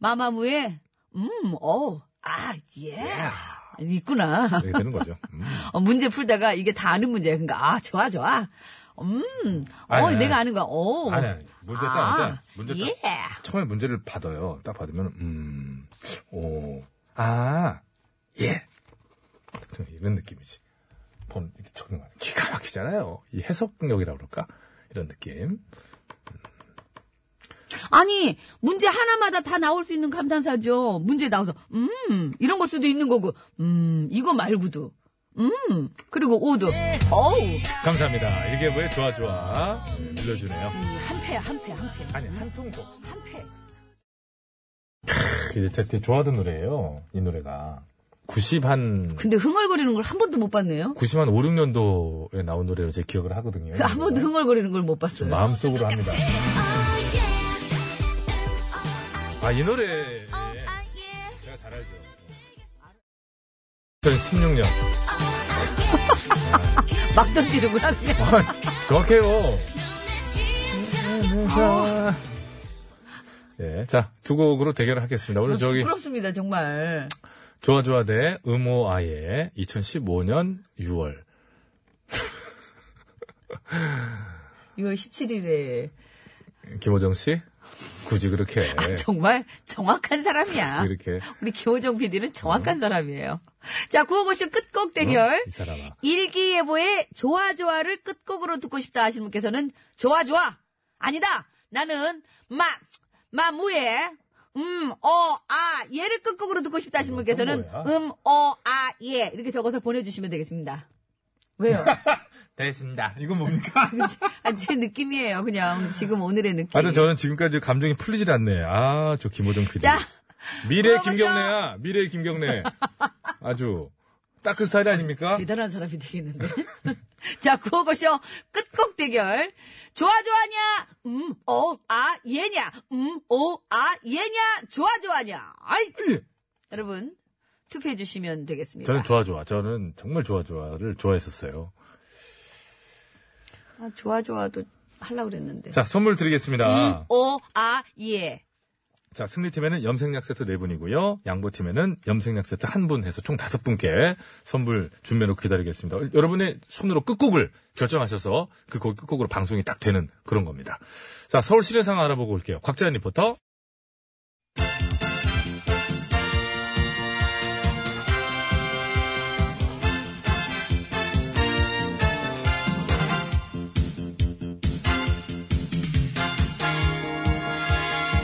Speaker 3: 마마무의, 음, 어, 아, 예. 있구나.
Speaker 1: 이렇게 되는 거죠. 음.
Speaker 3: 어, 문제 풀다가 이게 다 아는 문제야. 그러니까, 아, 좋아, 좋아. 음, 어,
Speaker 1: 아니, 아니.
Speaker 3: 내가 아는 거야. 어.
Speaker 1: 아니, 아니. 문제 딱,
Speaker 3: 아,
Speaker 1: 문제 딱. 문제 딱.
Speaker 3: 예.
Speaker 1: 처음에 문제를 받아요. 딱 받으면 음, 오,
Speaker 10: 아, 예.
Speaker 1: 좀 그렇죠. 이런 느낌이지. 본 이렇게 적용하 기가 막히잖아요. 이 해석 능력이라고 그럴까? 이런 느낌.
Speaker 3: 아니, 문제 하나마다 다 나올 수 있는 감탄사죠. 문제 나와서, 음, 이런 걸 수도 있는 거고, 음, 이거 말고도, 음, 그리고 오도, 어우,
Speaker 1: 감사합니다. 이게 왜 좋아 좋아 네, 들려주네요.
Speaker 3: 한 패야, 한 패, 한 패,
Speaker 1: 아니 한 통곡.
Speaker 3: 한 패.
Speaker 1: 이제 제가 좋아하던 노래예요. 이 노래가 90한
Speaker 3: 근데 흥얼거리는 걸 한 번도 못 봤네요.
Speaker 1: 90한 5, 6년도에 나온 노래로 제 기억을 하거든요.
Speaker 3: 그 한 번도 흥얼거리는 걸 못 봤어요.
Speaker 1: 네. 마음속으로 합니다. 아, 이 노래. 제가 잘 알죠. 2016년.
Speaker 3: 막 던지르구나, 그냥.
Speaker 1: 정확해요. 예, 자, 두 곡으로 대결을 하겠습니다. 오늘 그 저기,
Speaker 3: 부끄럽습니다, 정말.
Speaker 1: 좋아, 좋아, 대, 음오아의 2015년 6월.
Speaker 3: 6월 17일에.
Speaker 1: 김호정 씨? 굳이 그렇게.
Speaker 3: 아, 정말 정확한 사람이야.
Speaker 1: 네. 아, 이렇게. 어?
Speaker 3: 우리 김호정 PD는 정확한 사람이에요. 자, 구호고쇼 끝곡 대결.
Speaker 1: 이 사람아.
Speaker 3: 일기예보의 좋아 좋아를 끝곡으로 듣고 싶다 하시는 분께서는 좋아 좋아 아니다 나는 마 마무의 음어아 예를 끝곡으로 듣고
Speaker 1: 음,
Speaker 3: 싶다 하시는 분께서는 음, 어,
Speaker 1: 뭐야?
Speaker 3: 음어아예 이렇게 적어서 보내주시면 되겠습니다. 왜요?
Speaker 10: 됐습니다. 이건 뭡니까?
Speaker 3: 아, 제 느낌이에요. 그냥 지금 오늘의 느낌.
Speaker 1: 하여튼 아, 저는 지금까지 감정이 풀리질 않네. 아, 저 김호정 PD.
Speaker 3: 예. 자,
Speaker 1: 미래
Speaker 3: 물어보셔.
Speaker 1: 김경래야. 미래 김경래. 아주 딱 그 스타일 아닙니까?
Speaker 3: 대단한 사람이 되겠는데. 자, 구호고쇼 끝곡 대결. 좋아, 좋아냐? 음, 어, 아, 예냐? 음, 어, 아, 예냐? 좋아, 좋아냐? 아이! 여러분, 투표해주시면 되겠습니다.
Speaker 1: 예. 저는 좋아 좋아. 저는 정말 좋아 좋아를 좋아했었어요.
Speaker 3: 아, 좋아, 좋아도 하려고 그랬는데.
Speaker 1: 자, 선물 드리겠습니다.
Speaker 3: 음, 어, 아, 예.
Speaker 1: 자, 승리팀에는 염색약 세트 네분이고요 양보팀에는 염색약 세트 한 분 해서 총 다섯 분께 선물 준비로 기다리겠습니다. 어, 여러분의 손으로 끝곡을 결정하셔서 그 곡 끝곡으로 방송이 딱 되는 그런 겁니다. 자, 서울 시내 상황 알아보고 올게요. 곽재현 리포터.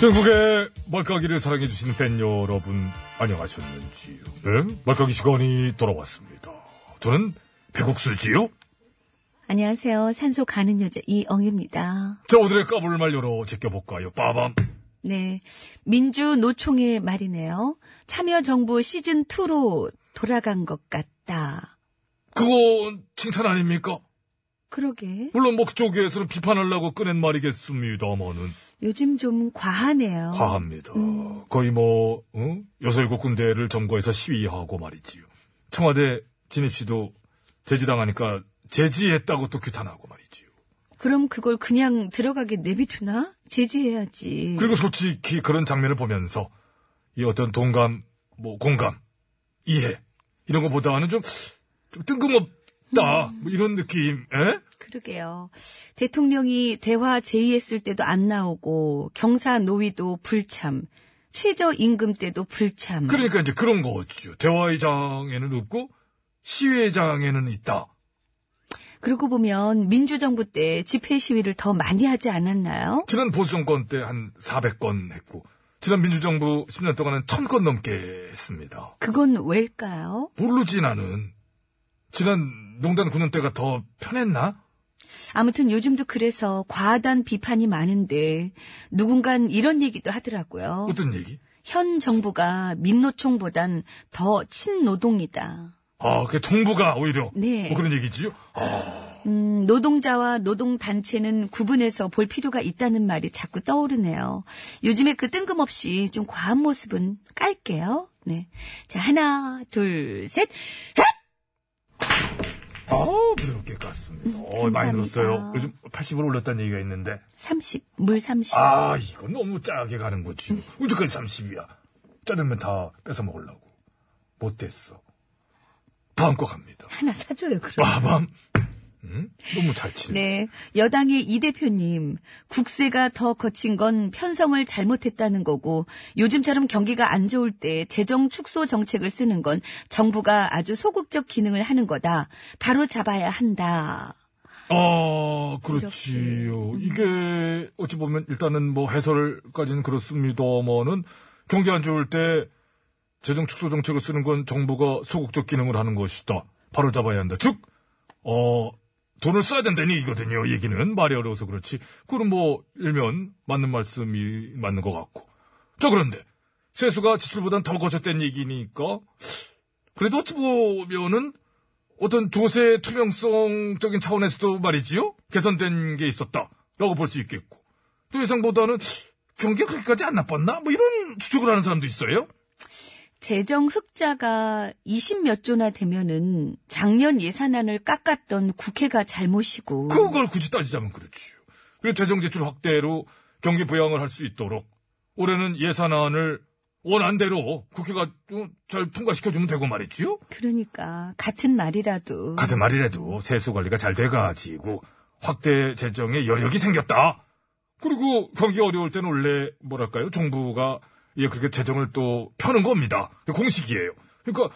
Speaker 1: 전국의 말까기를 사랑해주시는 팬 여러분, 안녕하셨는지요? 네? 말까기 시간이 돌아왔습니다. 저는 백옥수지요?
Speaker 11: 안녕하세요. 산소 가는 여자 이엉입니다.
Speaker 1: 자, 오늘의 까불 말 열어 제껴볼까요? 빠밤!
Speaker 11: 네. 민주 노총의 말이네요. 참여정부 시즌2로 돌아간 것 같다.
Speaker 1: 그건 칭찬 아닙니까?
Speaker 11: 그러게.
Speaker 1: 물론 뭐 그쪽에서는 비판하려고 꺼낸 말이겠습니다만은
Speaker 11: 요즘 좀 과하네요.
Speaker 1: 과합니다. 거의 뭐 어? 여섯 일곱 군데를 점거해서 시위하고 말이지요. 청와대 진입 씨도 제지당하니까 제지했다고 또 규탄하고 말이지요.
Speaker 11: 그럼 그걸 그냥 들어가게 내비두나? 제지해야지.
Speaker 1: 그리고 솔직히 그런 장면을 보면서 이 어떤 동감, 뭐 공감, 이해 이런 것보다는 좀, 좀 뜬금없다 뭐 이런 느낌. 예? 에?
Speaker 11: 그러게요. 대통령이 대화 제의했을 때도 안 나오고 경사 노위도 불참, 최저 임금 때도 불참.
Speaker 1: 그러니까 이제 그런 거죠. 대화의장에는 없고 시위의장에는 있다.
Speaker 11: 그러고 보면 민주정부 때 집회 시위를 더 많이 하지 않았나요?
Speaker 1: 지난 보수 정권 때 한 400건 했고 지난 민주정부 10년 동안은 1000건 넘게 했습니다.
Speaker 11: 그건 왜일까요?
Speaker 1: 모르지 나는. 지난 농단 9년 때가 더 편했나?
Speaker 3: 아무튼 요즘도 그래서 과하단 비판이 많은데 누군간 이런 얘기도 하더라고요.
Speaker 1: 어떤 얘기?
Speaker 3: 현 정부가 민노총보단 더 친노동이다.
Speaker 1: 아, 그 정부가 오히려
Speaker 3: 네.
Speaker 1: 뭐 그런 얘기지요?
Speaker 3: 음, 노동자와 노동단체는 구분해서 볼 필요가 있다는 말이 자꾸 떠오르네요. 요즘에 그 뜬금없이 좀 과한 모습은 깔게요. 네. 자, 하나, 둘, 셋.
Speaker 1: 아우, 부드럽게 깠습니다. 어, 많이
Speaker 3: 감사합니다.
Speaker 1: 늘었어요. 요즘 80으로 올렸다는 얘기가 있는데.
Speaker 3: 30, 물 30.
Speaker 1: 아, 이건 너무 짜게 가는 거지. 언제까지 30이야? 짜장면 다 뺏어 먹으려고. 못됐어. 다음 거 갑니다.
Speaker 3: 하나 사줘요, 그럼.
Speaker 1: 빠밤. 응? 너무 잘 치네.
Speaker 3: 네. 여당의 이 대표님, 국세가 더 거친 건 편성을 잘못했다는 거고, 요즘처럼 경기가 안 좋을 때 재정 축소 정책을 쓰는 건 정부가 아주 소극적 기능을 하는 거다. 바로 잡아야 한다.
Speaker 1: 아, 그렇지요. 이게 어찌 보면 일단은 뭐 해설까지는 그렇습니다만은 경기 안 좋을 때 재정 축소 정책을 쓰는 건 정부가 소극적 기능을 하는 것이다. 바로 잡아야 한다. 즉, 어, 돈을 써야 된다는 얘기거든요. 이 얘기는 말이 어려워서 그렇지. 그건 뭐 일면 맞는 말씀이 맞는 것 같고. 자 그런데 세수가 지출보단 더 거쳤다는 얘기니까 그래도 어찌 보면은 어떤 조세 투명성적인 차원에서도 말이지요 개선된 게 있었다라고 볼 수 있겠고 또 예상보다는 경기가 그렇게까지 안 나빴나 뭐 이런 추측을 하는 사람도 있어요.
Speaker 3: 재정 흑자가 20몇 조나 되면은 작년 예산안을 깎았던 국회가 잘못이고
Speaker 1: 그걸 굳이 따지자면 그렇지요. 그리고 재정 지출 확대로 경기 부양을 할 수 있도록 올해는 예산안을 원안대로 국회가 좀 잘 통과시켜주면 되고 말이지요.
Speaker 3: 그러니까 같은 말이라도
Speaker 1: 같은 말이라도 세수 관리가 잘 돼가지고 확대 재정에 여력이 생겼다. 그리고 경기 어려울 때는 원래 뭐랄까요 정부가 예 그렇게 재정을 또 펴는 겁니다. 공식이에요. 그러니까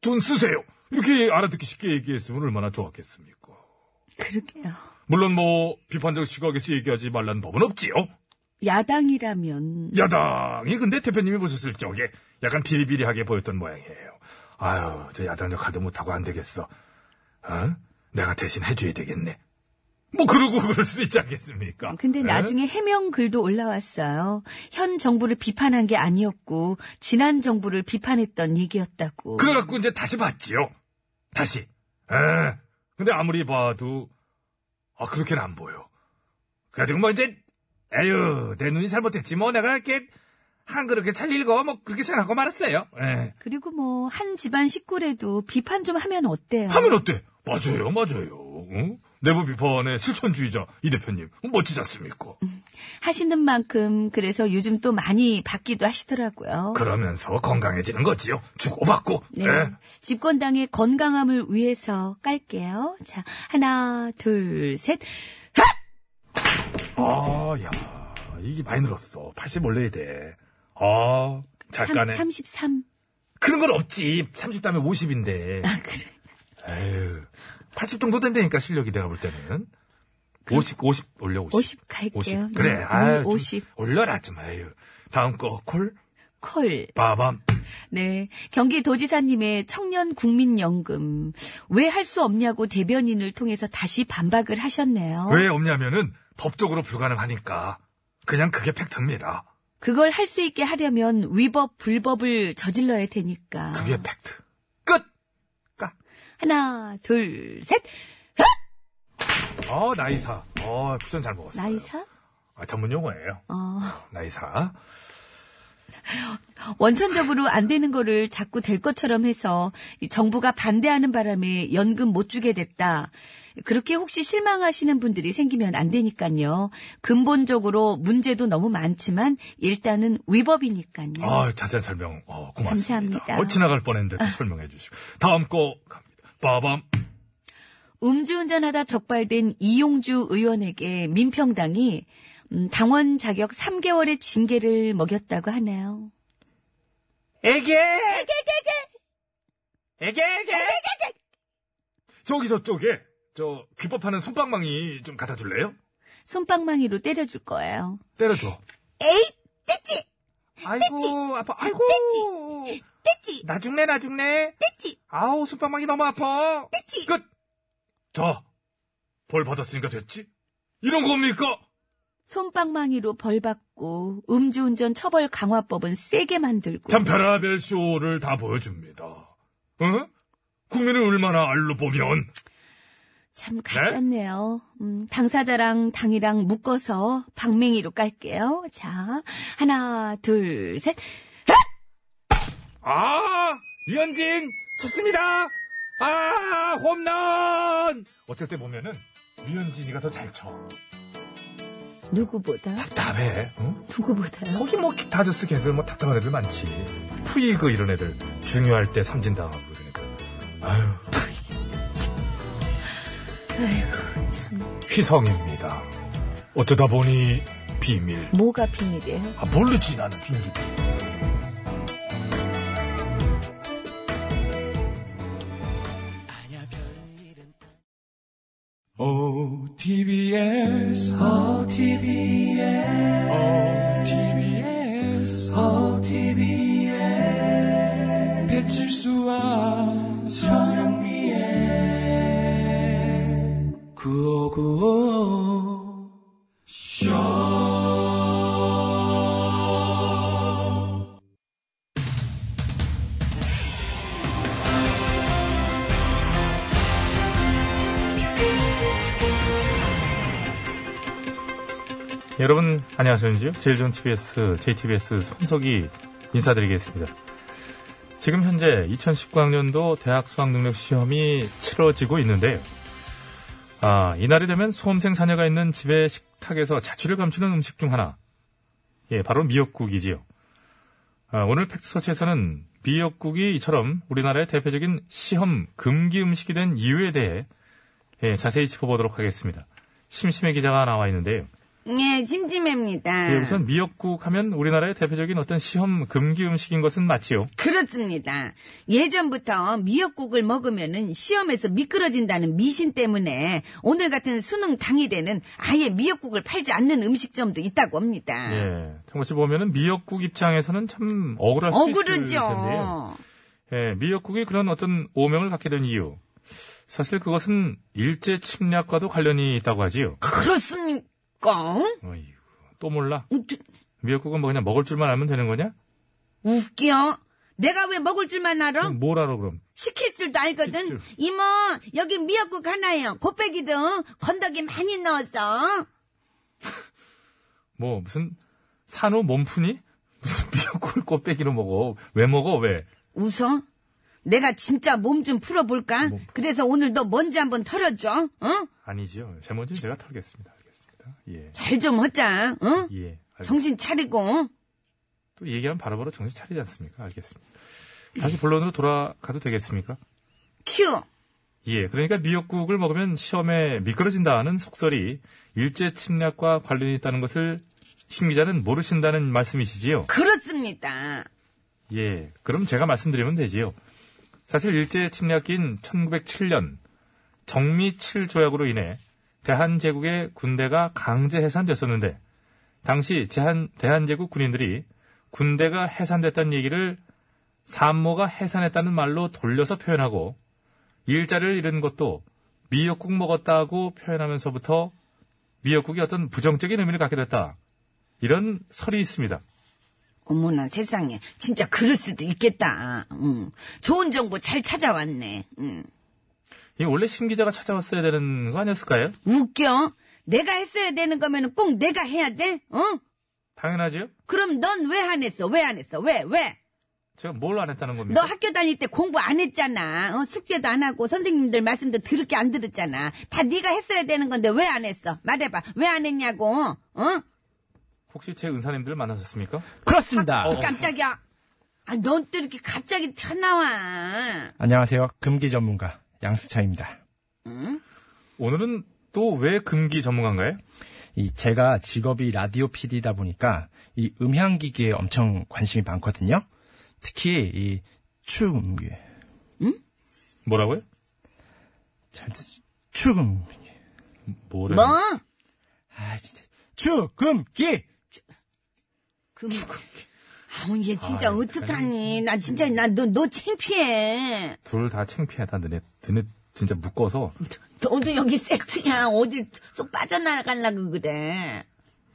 Speaker 1: 돈 쓰세요. 이렇게 알아듣기 쉽게 얘기했으면 얼마나 좋았겠습니까.
Speaker 3: 그러게요.
Speaker 1: 물론 뭐 비판적 시각에서 얘기하지 말란 법은 없지요.
Speaker 3: 야당이라면
Speaker 1: 야당이 근데 대표님이 보셨을 적에 약간 비리비리하게 보였던 모양이에요. 아유, 저 야당 역할도 못하고 안 되겠어. 어? 내가 대신 해줘야 되겠네. 뭐 그러고 그럴 수도 있지 않겠습니까?
Speaker 3: 아,
Speaker 1: 예?
Speaker 3: 근데
Speaker 1: 에?
Speaker 3: 나중에 해명 글도 올라왔어요. 현 정부를 비판한 게 아니었고 지난 정부를 비판했던 얘기였다고.
Speaker 1: 그래갖고 이제 다시 봤지요. 다시. 에. 근데 아무리 봐도 아 그렇게는 안 보여. 그래가지고 뭐 이제 에휴 내 눈이 잘못됐지 뭐 내가 이렇게 한 그렇게 잘 읽어 뭐 그렇게 생각하고 말았어요. 예. 에.
Speaker 3: 그리고 뭐 한 집안 식구래도 비판 좀 하면 어때요?
Speaker 1: 하면 어때? 맞아요, 맞아요. 응? 내부 비판의 실천주의자 이 대표님 멋지지 않습니까?
Speaker 3: 하시는 만큼 그래서 요즘 또 많이 받기도 하시더라고요.
Speaker 1: 그러면서 건강해지는 거지요. 주고받고.
Speaker 3: 네.
Speaker 1: 예.
Speaker 3: 집권당의 건강함을 위해서 깔게요. 자, 하나, 둘, 셋.
Speaker 1: 아, 야, 이게 많이 늘었어. 80 올려야 돼. 아, 작가네.
Speaker 3: 33.
Speaker 1: 그런 건 없지. 30 다음에 50인데.
Speaker 3: 아, 그래.
Speaker 1: 에휴. 80 정도 된다니까, 실력이 내가 볼 때는. 50, 50 올려, 50.
Speaker 3: 50 갈게요.
Speaker 1: 그래,
Speaker 3: 네,
Speaker 1: 아유. 좀
Speaker 3: 50.
Speaker 1: 올려라, 좀, 아유. 다음 거, 콜?
Speaker 3: 콜.
Speaker 1: 빠밤.
Speaker 3: 네. 경기도지사님의 청년국민연금. 왜 할 수 없냐고 대변인을 통해서 다시 반박을 하셨네요.
Speaker 1: 왜 없냐면은, 법적으로 불가능하니까. 그냥 그게 팩트입니다.
Speaker 3: 그걸 할 수 있게 하려면 위법, 불법을 저질러야 되니까.
Speaker 1: 그게 팩트. 끝! 까.
Speaker 3: 하나, 둘, 셋.
Speaker 1: 어, 나이사. 어, 쿠션 잘 먹었어요.
Speaker 3: 나이사?
Speaker 1: 아, 전문 용어예요.
Speaker 3: 어.
Speaker 1: 나이사.
Speaker 3: 원천적으로 안 되는 거를 자꾸 될 것처럼 해서 이 정부가 반대하는 바람에 연금 못 주게 됐다. 그렇게 혹시 실망하시는 분들이 생기면 안 되니까요. 근본적으로 문제도 너무 많지만 일단은 위법이니까요.
Speaker 1: 아, 자세한 설명, 어, 고맙습니다.
Speaker 3: 네. 감사합니다. 아.
Speaker 1: 어, 지나갈 뻔했는데 또 설명해 주시고. 다음 거 갑니다. 빠밤.
Speaker 3: 음주운전하다 적발된 이용주 의원에게 민평당이 음, 당원 자격 3개월의 징계를 먹였다고 하네요.
Speaker 8: 애기! 애기, 애기! 애기, 애기!
Speaker 1: 저기 저쪽에, 저, 귀법하는 손방망이 좀 갖다 줄래요?
Speaker 3: 손방망이로 때려줄 거예요.
Speaker 1: 때려줘.
Speaker 8: 아이고, 아파. 아이고!
Speaker 2: 됐지?
Speaker 8: 나 죽네, 나 죽네.
Speaker 2: 됐지?
Speaker 8: 아우, 손방망이 너무 아파.
Speaker 1: 끝! 자, 벌 받았으니까 됐지? 이런 겁니까?
Speaker 12: 손방망이로 벌받고 음주운전 처벌 강화법은 세게 만들고
Speaker 1: 참 별하별 쇼를 다 보여줍니다. 응? 국민을 얼마나 알로 보면
Speaker 12: 참 가짜네요. 음, 당사자랑 당이랑 묶어서 방맹이로 깔게요. 자, 하나, 둘, 셋.
Speaker 8: 아, 유현진 좋습니다. 아, 홈런. 어쩔 때 보면은 유현진이가 더 잘 쳐.
Speaker 12: 누구보다?
Speaker 8: 답답해. 응?
Speaker 12: 누구보다요?
Speaker 8: 거기 뭐 다저스 걔들 뭐 답답한 애들 많지. 푸이그 이런 애들 중요할 때 삼진 당하고 이런 애들. 아유. 휘성입니다. 어쩌다 보니 비밀.
Speaker 12: 뭐가 비밀이에요?
Speaker 8: 아, 모르지 나는 비밀.
Speaker 5: OTBS, OTBS, OTBS, OTBS, 배칠수와 전영미의 구호구호 쇼.
Speaker 1: 여러분 안녕하세요. 제일 좋은 TBS, JTBS 손석희 인사드리겠습니다. 지금 현재 2019학년도 대학 수학능력 시험이 치러지고 있는데요. 아, 이날이 되면 수험생 자녀가 있는 집의 식탁에서 자취를 감추는 음식 중 하나. 예, 바로 미역국이지요. 아, 오늘 팩트 설치에서는 미역국이 이처럼 우리나라의 대표적인 시험 금기 음식이 된 이유에 대해 예, 자세히 짚어보도록 하겠습니다. 심심해 기자가 나와 있는데요.
Speaker 3: 예, 심심합니다.
Speaker 1: 예, 우선 미역국 하면 우리나라의 대표적인 어떤 시험 금기 음식인 것은 맞지요.
Speaker 3: 그렇습니다. 예전부터 미역국을 먹으면은 시험에서 미끄러진다는 미신 때문에 오늘 같은 수능 당일에는 아예 미역국을 팔지 않는 음식점도 있다고 합니다.
Speaker 1: 예. 정말씨 보면은 미역국 입장에서는 참 억울할 수
Speaker 3: 어,
Speaker 1: 있을 텐데요.
Speaker 3: 억울하죠.
Speaker 1: 예, 미역국이 그런 어떤 오명을 갖게 된 이유. 사실 그것은 일제 침략과도 관련이 있다고 하지요.
Speaker 3: 그렇습니까?
Speaker 1: 어이구, 어? 또 몰라.
Speaker 3: 어, 저-
Speaker 1: 미역국은 뭐 그냥 먹을 줄만 알면 되는 거냐?
Speaker 3: 웃겨. 내가 왜 먹을 줄만 알아?
Speaker 1: 그럼 뭘 알아 그럼?
Speaker 3: 시킬 줄도 알거든.
Speaker 1: 시킬 줄.
Speaker 3: 이모, 여기 미역국 하나요. 곱빼기 등 건더기 많이 넣었어.
Speaker 1: 뭐 무슨 산후 몸푸니? 무슨 미역국을 꽃배기로 먹어? 왜 먹어 왜?
Speaker 3: 웃어? 내가 진짜 몸 좀 풀어볼까?
Speaker 1: 몸.
Speaker 3: 그래서 오늘 너 먼지 한번 털어줘. 어?
Speaker 1: 아니지요. 제 먼지는 제가 털겠습니다. 알겠습니다. 예.
Speaker 3: 잘 좀 하자. 어?
Speaker 1: 예. 알겠습니다.
Speaker 3: 정신 차리고.
Speaker 1: 또 얘기하면 바로바로 정신 차리지 않습니까? 알겠습니다. 다시 본론으로 돌아가도 되겠습니까?
Speaker 3: 큐.
Speaker 1: 예, 그러니까 미역국을 먹으면 시험에 미끄러진다는 속설이 일제 침략과 관련이 있다는 것을 신 기자는 모르신다는 말씀이시지요?
Speaker 3: 그렇습니다.
Speaker 1: 예, 그럼 제가 말씀드리면 되지요. 사실 일제 침략인 1907년 정미 7조약으로 인해 대한제국의 군대가 강제 해산됐었는데 당시 제한, 대한제국 군인들이 군대가 해산됐다는 얘기를 산모가 해산했다는 말로 돌려서 표현하고 일자를 잃은 것도 미역국 먹었다고 표현하면서부터 미역국이 어떤 부정적인 의미를 갖게 됐다. 이런 설이 있습니다.
Speaker 3: 어머나 세상에. 진짜 그럴 수도 있겠다. 응. 좋은 정보 잘 찾아왔네. 응.
Speaker 1: 이 원래 심 기자가 찾아왔어야 되는 거 아니었을까요?
Speaker 3: 웃겨. 내가 했어야 되는 거면 꼭 내가 해야 돼? 어?
Speaker 1: 당연하지요.
Speaker 3: 그럼 넌 왜 안 했어? 왜 안 했어? 왜? 왜?
Speaker 1: 제가 뭘 안 했다는
Speaker 3: 너
Speaker 1: 겁니까?
Speaker 3: 학교 다닐 때 공부 안 했잖아. 어, 숙제도 안 하고 선생님들 말씀도 들을게 안 들었잖아. 다 네가 했어야 되는 건데 왜 안 했어? 말해봐. 왜 안 했냐고. 어?
Speaker 1: 혹시 제 은사님들 만나셨습니까?
Speaker 13: 그렇습니다.
Speaker 3: 어, 깜짝이야. 아, 넌 또 이렇게 갑자기 튀어나와.
Speaker 13: 안녕하세요. 금기 전문가 양수차입니다.
Speaker 1: 오늘은 또 왜 금기 전문가인가요?
Speaker 13: 이 제가 직업이 라디오 PD다 보니까 이 음향기기에 엄청 관심이 많거든요. 특히 이 축음기
Speaker 1: 뭐라고요?
Speaker 13: 잘 듣- 축음
Speaker 1: 뭐래?
Speaker 3: 뭐?
Speaker 13: 아 진짜 축음기
Speaker 3: 그, 아우, 얘 진짜 어떡하니. 나 진짜, 나, 너, 너 창피해.
Speaker 1: 둘 다 창피하다. 너네, 너네 진짜 묶어서
Speaker 14: 너도 여기 섹트냐 어딜 쏙 빠져나가려고 그래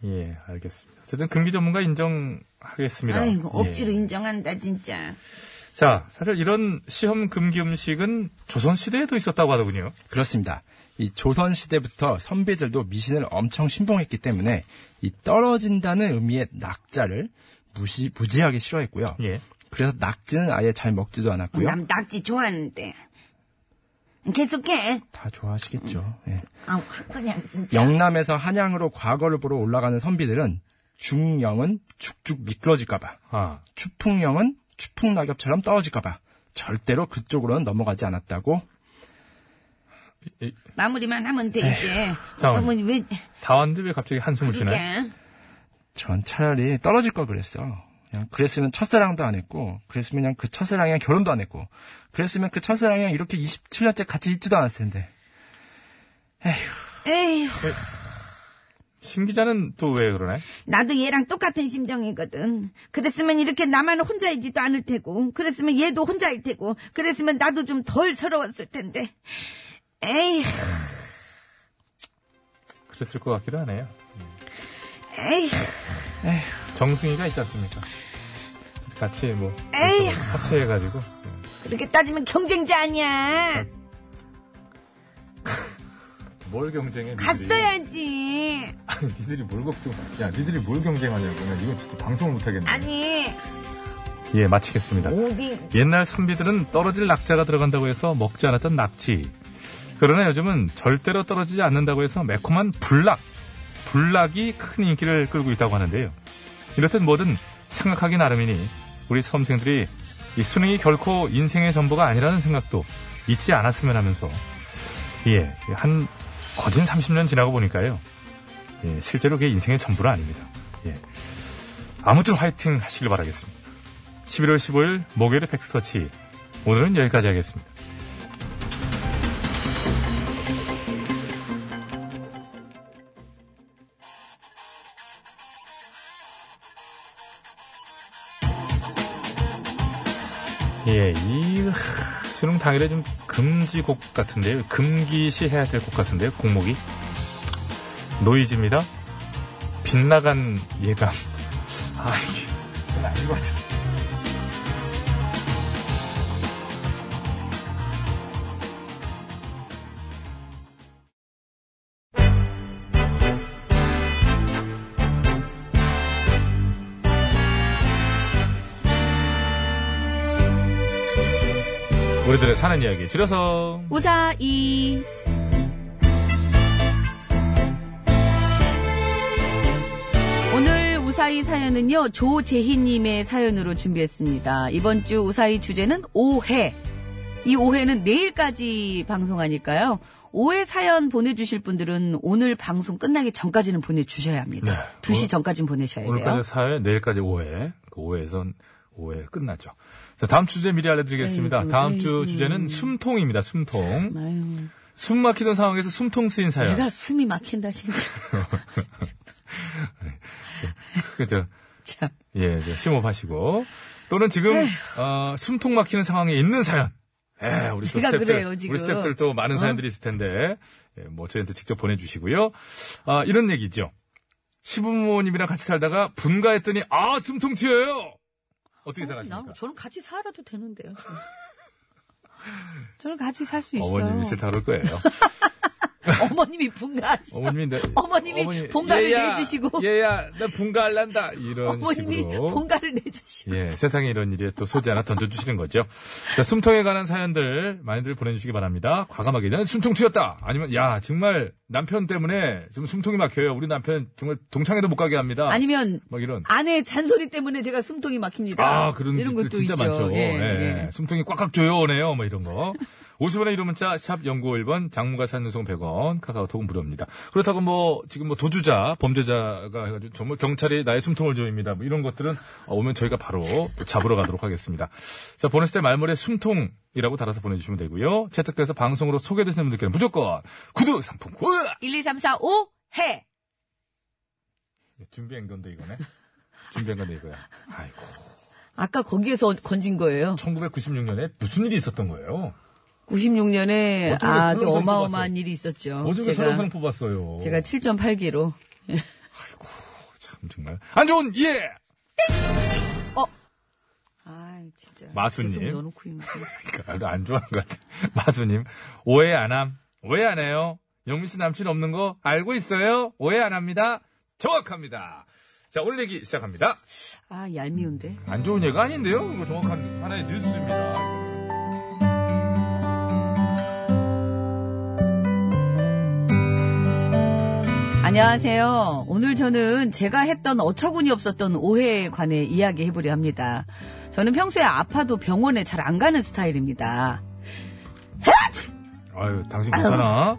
Speaker 1: 예 알겠습니다. 어쨌든 금기 전문가 인정하겠습니다.
Speaker 14: 아이고
Speaker 1: 예.
Speaker 14: 억지로 인정한다 진짜
Speaker 1: 자 사실 이런 시험 금기 음식은 조선 시대에도 있었다고 하더군요.
Speaker 5: 그렇습니다. 이 조선 시대부터 선비들도 미신을 엄청 신봉했기 때문에 이 떨어진다는 의미의 낙자를 무시 무지하게 싫어했고요.
Speaker 1: 예.
Speaker 5: 그래서 낙지는 아예 잘 먹지도 않았고요.
Speaker 3: 음.
Speaker 14: 남 낙지 좋아하는데 계속해
Speaker 5: 다 좋아하시겠죠. 예.
Speaker 14: 아우 그냥 진짜
Speaker 5: 영남에서 한양으로 과거를 보러 올라가는 선비들은 중영은 죽죽 미끄러질까봐,
Speaker 1: 아
Speaker 5: 추풍영은 추풍 낙엽처럼 떨어질까봐 절대로 그쪽으로는 넘어가지 않았다고
Speaker 14: 마무리만 하면 돼 이제
Speaker 1: 잠깐만.
Speaker 14: 어머니 왜
Speaker 1: 다 왔는데 왜 갑자기 한숨을
Speaker 14: 그렇게
Speaker 1: 쉬나요?
Speaker 5: 전 차라리 떨어질 걸 그랬어. 그냥 그랬으면 첫사랑도 안 했고, 그랬으면 그냥 그 첫사랑이랑 결혼도 안 했고, 그랬으면 그 첫사랑이랑 이렇게 27년째 같이 있지도 않았을 텐데.
Speaker 14: 에휴
Speaker 1: 신 기자는 또 왜 그러나요?
Speaker 14: 나도 얘랑 똑같은 심정이거든. 그랬으면 이렇게 나만 혼자이지도 않을 테고, 그랬으면 얘도 혼자일 테고, 그랬으면 나도 좀 덜 서러웠을 텐데. 에이,
Speaker 1: 그랬을 것 같기도 하네요.
Speaker 14: 에이,
Speaker 1: 정승희가 있지 않습니까? 같이 뭐
Speaker 14: 에이.
Speaker 1: 합체해가지고
Speaker 14: 그렇게 따지면 경쟁자 아니야.
Speaker 1: 뭘 경쟁해?
Speaker 14: 갔어야지.
Speaker 1: 아니 니들이 뭘 걱정? 야 니들이 뭘 경쟁하냐고? 이건 진짜 방송을 못하겠네.
Speaker 14: 아니,
Speaker 1: 예 마치겠습니다.
Speaker 14: 어디,
Speaker 1: 옛날 선비들은 떨어질 낙자가 들어간다고 해서 먹지 않았던 낙지. 그러나 요즘은 절대로 떨어지지 않는다고 해서 매콤한 불락. 불락이 큰 인기를 끌고 있다고 하는데요. 이렇듯 뭐든 생각하기 나름이니 우리 수험생들이 이 수능이 결코 인생의 전부가 아니라는 생각도 잊지 않았으면 하면서 예, 한 거진 30년 지나고 보니까요. 예, 실제로 그게 인생의 전부는 아닙니다. 예. 아무튼 화이팅 하시길 바라겠습니다. 11월 15일 목요일 팩스터치. 오늘은 여기까지 하겠습니다. 예, 이 하, 수능 당일에 좀 금지곡 같은데요. 금기시 해야 될 곡 같은데요. 곡목이 노이즈입니다. 빗나간 예감. 아 이게 이건 아닌 것 같은데. 우리들의 사는 이야기 줄여서
Speaker 3: 우사이. 오늘 우사이 사연은요, 조재희님의 사연으로 준비했습니다. 이번 주 우사이 주제는 오해. 이 오해는 내일까지 방송하니까요. 오해 사연 보내주실 분들은 오늘 방송 끝나기 전까지는 보내주셔야 합니다.
Speaker 1: 네.
Speaker 3: 2시 전까지는 보내셔야 돼요.
Speaker 1: 오늘까지 사회, 내일까지 오해. 그 오해에선 오해 끝났죠. 자, 다음 주제 미리 알려드리겠습니다.
Speaker 3: 에이구,
Speaker 1: 다음 주
Speaker 3: 에이구.
Speaker 1: 주제는 숨통입니다. 숨통.
Speaker 3: 아유,
Speaker 1: 숨 막히던 상황에서 숨통 쓰인 사연.
Speaker 3: 네. 내가 숨이 막힌다, 진짜.
Speaker 1: 그죠.
Speaker 3: 참.
Speaker 1: 예, 이제 심호흡하시고. 또는 지금
Speaker 3: 네.
Speaker 1: 어, 숨통 막히는 상황에 있는 사연. 에, 우리 또
Speaker 3: 제가
Speaker 1: 스탭들,
Speaker 3: 그래요, 지금. 어?
Speaker 1: 우리 스탭들 또 많은 사연들이 있을 텐데, 예, 뭐 저희한테 직접 보내주시고요. 아, 이런 얘기죠. 시부모님이랑 같이 살다가 분가했더니 아 숨통 튀어요. 어떻게
Speaker 3: 나,
Speaker 1: 생각하십니까?
Speaker 3: 저는 같이 살아도 되는데요. 저는. 저는 같이 살 수 있어요.
Speaker 1: 어머님이 싫다 그럴 거예요.
Speaker 3: 어머님이 분가하시고
Speaker 1: 어머님이 내,
Speaker 3: 어머님이 본가를 내주시고.
Speaker 1: 얘야 나 분가할란다 이런
Speaker 3: 어머님이
Speaker 1: 식으로
Speaker 3: 본가를 내주시고
Speaker 1: 예 세상에 이런 일에 또 소재 하나 던져주시는 거죠. 자, 숨통에 관한 사연들 많이들 보내주시기 바랍니다. 과감하게 난 숨통 튀었다 아니면 야 정말 남편 때문에 좀 숨통이 막혀요. 우리 남편 정말 동창회도 못 가게 합니다.
Speaker 3: 아니면
Speaker 1: 막 이런.
Speaker 3: 아내의 잔소리 때문에 제가 숨통이 막힙니다.
Speaker 1: 아, 그런
Speaker 3: 이런
Speaker 1: 것들
Speaker 3: 것도
Speaker 1: 진짜
Speaker 3: 있죠.
Speaker 1: 많죠.
Speaker 3: 예,
Speaker 1: 예,
Speaker 3: 예.
Speaker 1: 숨통이 꽉꽉 조여오네요. 뭐 이런 거. 50원의 이름 문자, 샵 0951번, 장무가 산우송 100원, 카카오톡은 무료입니다. 그렇다고 뭐, 지금 뭐 도주자, 범죄자가 해가지고 정말 경찰이 나의 숨통을 조입니다. 뭐 이런 것들은 오면 저희가 바로 또 잡으러 가도록 하겠습니다. 자, 보냈을 때 말머리에 숨통이라고 달아서 보내주시면 되고요. 채택돼서 방송으로 소개되시는 분들께는 무조건 구두 상품권!
Speaker 3: 1, 2, 3, 4, 5, 해!
Speaker 1: 예, 준비한 건데 이거네. 준비한 건데 이거야. 아이고.
Speaker 3: 아까 거기에서 건진 거예요.
Speaker 1: 1996년에 무슨 일이 있었던 거예요?
Speaker 3: 96년에
Speaker 1: 어쩌게
Speaker 3: 아주
Speaker 1: 설렁설렁
Speaker 3: 어마어마한
Speaker 1: 뽑았어요?
Speaker 3: 일이 있었죠.
Speaker 1: 어저께
Speaker 3: 제가,
Speaker 1: 설렁설렁 뽑았어요. 아,
Speaker 3: 제가 7.8기로.
Speaker 1: 참 정말 안 좋은 예
Speaker 3: 아, 진짜.
Speaker 1: 마수님.
Speaker 3: 계속 넣어놓고 있는 거.
Speaker 1: 별로 그러니까 안 좋아하는 것 같아. 마수님 오해 안함 오해 안 해요. 영민 씨 남친 없는 거 알고 있어요. 오해 안 합니다. 정확합니다. 자 오늘 얘기 시작합니다.
Speaker 3: 아, 얄미운데.
Speaker 1: 안 좋은 예가 아닌데요. 이거 정확한 하나의 뉴스입니다.
Speaker 3: 안녕하세요. 오늘 저는 제가 했던 어처구니 없었던 오해에 관해 이야기해보려 합니다. 저는 평소에 아파도 병원에 잘 안 가는 스타일입니다.
Speaker 1: 아유 당신 괜찮아?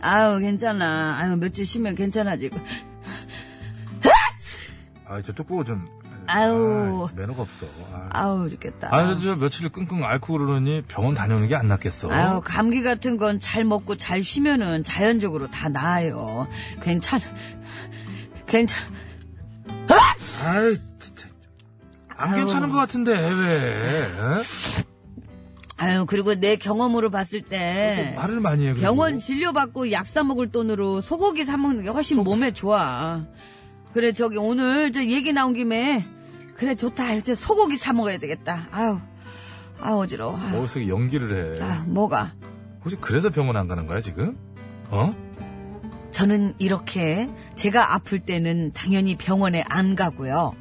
Speaker 3: 아유, 괜찮아. 아유, 몇 주 쉬면 괜찮아지고.
Speaker 1: 아 저쪽 보고 좀
Speaker 3: 아유.
Speaker 1: 아, 매너가 없어. 아.
Speaker 3: 아우, 좋겠다.
Speaker 1: 아, 그래도 저 며칠 끙끙 앓고 그러니 병원 다녀오는 게 안 낫겠어.
Speaker 3: 아유, 감기 같은 건 잘 먹고 잘 쉬면은 자연적으로 다 나아요. 괜찮아. 괜찮아.
Speaker 1: 아유, 진짜. 안 괜찮은 것 같은데, 왜.
Speaker 3: 아유, 그리고 내 경험으로 봤을 때
Speaker 1: 말을 많이 해. 그리고.
Speaker 3: 네. 병원 진료받고 약 사 먹을 돈으로 소고기 사 먹는 게 훨씬 몸에 좋아. 그래, 저기 오늘 저 얘기 나온 김에 그래, 좋다. 이제 소고기 사 먹어야 되겠다. 아유, 아유, 어지러워. 아유,
Speaker 1: 어디서 연기를 해.
Speaker 3: 아, 뭐가.
Speaker 1: 혹시 그래서 병원 안 가는 거야, 지금? 어?
Speaker 3: 저는 이렇게 제가 아플 때는 당연히 병원에 안 가고요.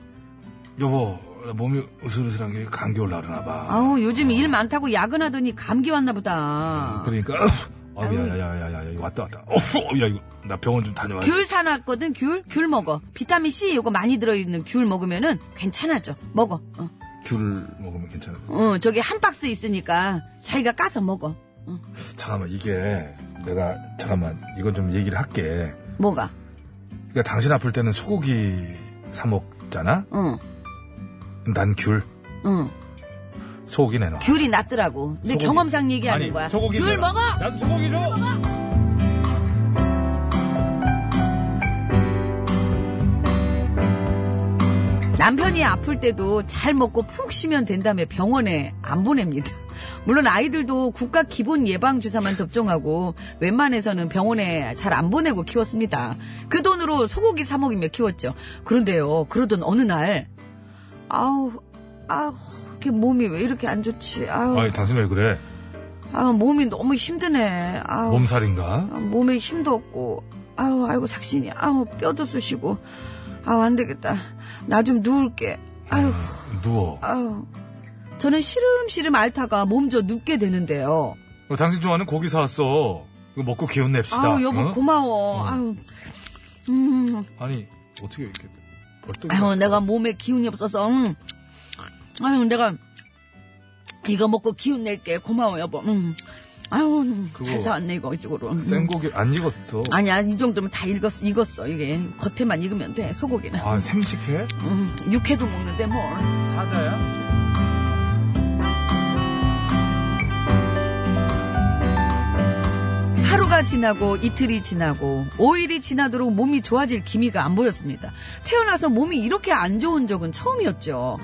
Speaker 8: 여보, 나 몸이 으슬으슬한 게 감기 올라오나 봐.
Speaker 3: 아우 요즘 일 많다고 야근하더니 감기 왔나 보다.
Speaker 8: 그러니까, 어, 야, 야, 야, 야, 야, 야, 왔다, 왔다. 어, 야, 이거, 나 병원 좀 다녀와.
Speaker 3: 귤 사놨거든 귤? 귤 먹어. 비타민 C 이거 많이 들어있는 귤 먹으면은 괜찮아져. 먹어. 어,
Speaker 8: 귤을 먹으면 괜찮아.
Speaker 3: 어, 저기 한 박스 있으니까 자기가 까서 먹어.
Speaker 8: 잠깐만, 이게, 내가, 잠깐만, 이건 좀 얘기를 할게.
Speaker 3: 뭐가?
Speaker 8: 그러니까 당신 아플 때는 소고기 사먹잖아?
Speaker 3: 응,
Speaker 8: 난 귤.
Speaker 3: 응.
Speaker 8: 소고기 내놔.
Speaker 3: 어. 귤이 낫더라고. 내
Speaker 1: 소고기.
Speaker 3: 경험상 얘기하는 거야.
Speaker 1: 소고기
Speaker 3: 귤
Speaker 1: 줘라.
Speaker 3: 먹어.
Speaker 1: 나도 소고기 줘!
Speaker 3: 남편이 아플 때도 잘 먹고 푹 쉬면 된다며 병원에 안 보냅니다. 물론 아이들도 국가 기본 예방 주사만 접종하고 웬만해서는 병원에 잘 안 보내고 키웠습니다. 그 돈으로 소고기 사 먹이며 키웠죠. 그런데요, 그러던 어느 날 아우 아우 이게 몸이 왜 이렇게 안 좋지? 아우
Speaker 1: 아니, 당신 왜 그래?
Speaker 3: 아 몸이 너무 힘드네. 아우
Speaker 1: 몸살인가?
Speaker 3: 아, 몸에 힘도 없고 아우 아이고 삭신이 아우 뼈도 쑤시고 아우 안 되겠다. 나 좀 누울게. 아유.
Speaker 1: 누워.
Speaker 3: 아유, 저는 시름시름 앓다가 몸져 눕게 되는데요.
Speaker 1: 어, 당신 좋아하는 고기 사왔어. 이거 먹고 기운 냅시다.
Speaker 3: 아우, 여보,
Speaker 1: 어?
Speaker 3: 고마워. 아유, 음,
Speaker 1: 아니, 어떻게 이렇게. 벌떡
Speaker 3: 아유,
Speaker 1: 일어나?
Speaker 3: 내가 몸에 기운이 없어서, 음. 아유, 내가 이거 먹고 기운 낼게. 고마워, 여보. 음. 아유,
Speaker 1: 그거
Speaker 3: 잘 사왔네, 이거, 이쪽으로. 음.
Speaker 1: 생고기 안 익었어.
Speaker 3: 아니, 아니, 이 정도면 다 익었어, 익었어, 이게. 겉에만 익으면 돼, 소고기는.
Speaker 1: 아, 생식해?
Speaker 3: 음, 육회도 먹는데, 뭘.
Speaker 1: 사자야?
Speaker 3: 하루가 지나고 이틀이 지나고 5일이 지나도록 몸이 좋아질 기미가 안 보였습니다. 태어나서 몸이 이렇게 안 좋은 적은 처음이었죠.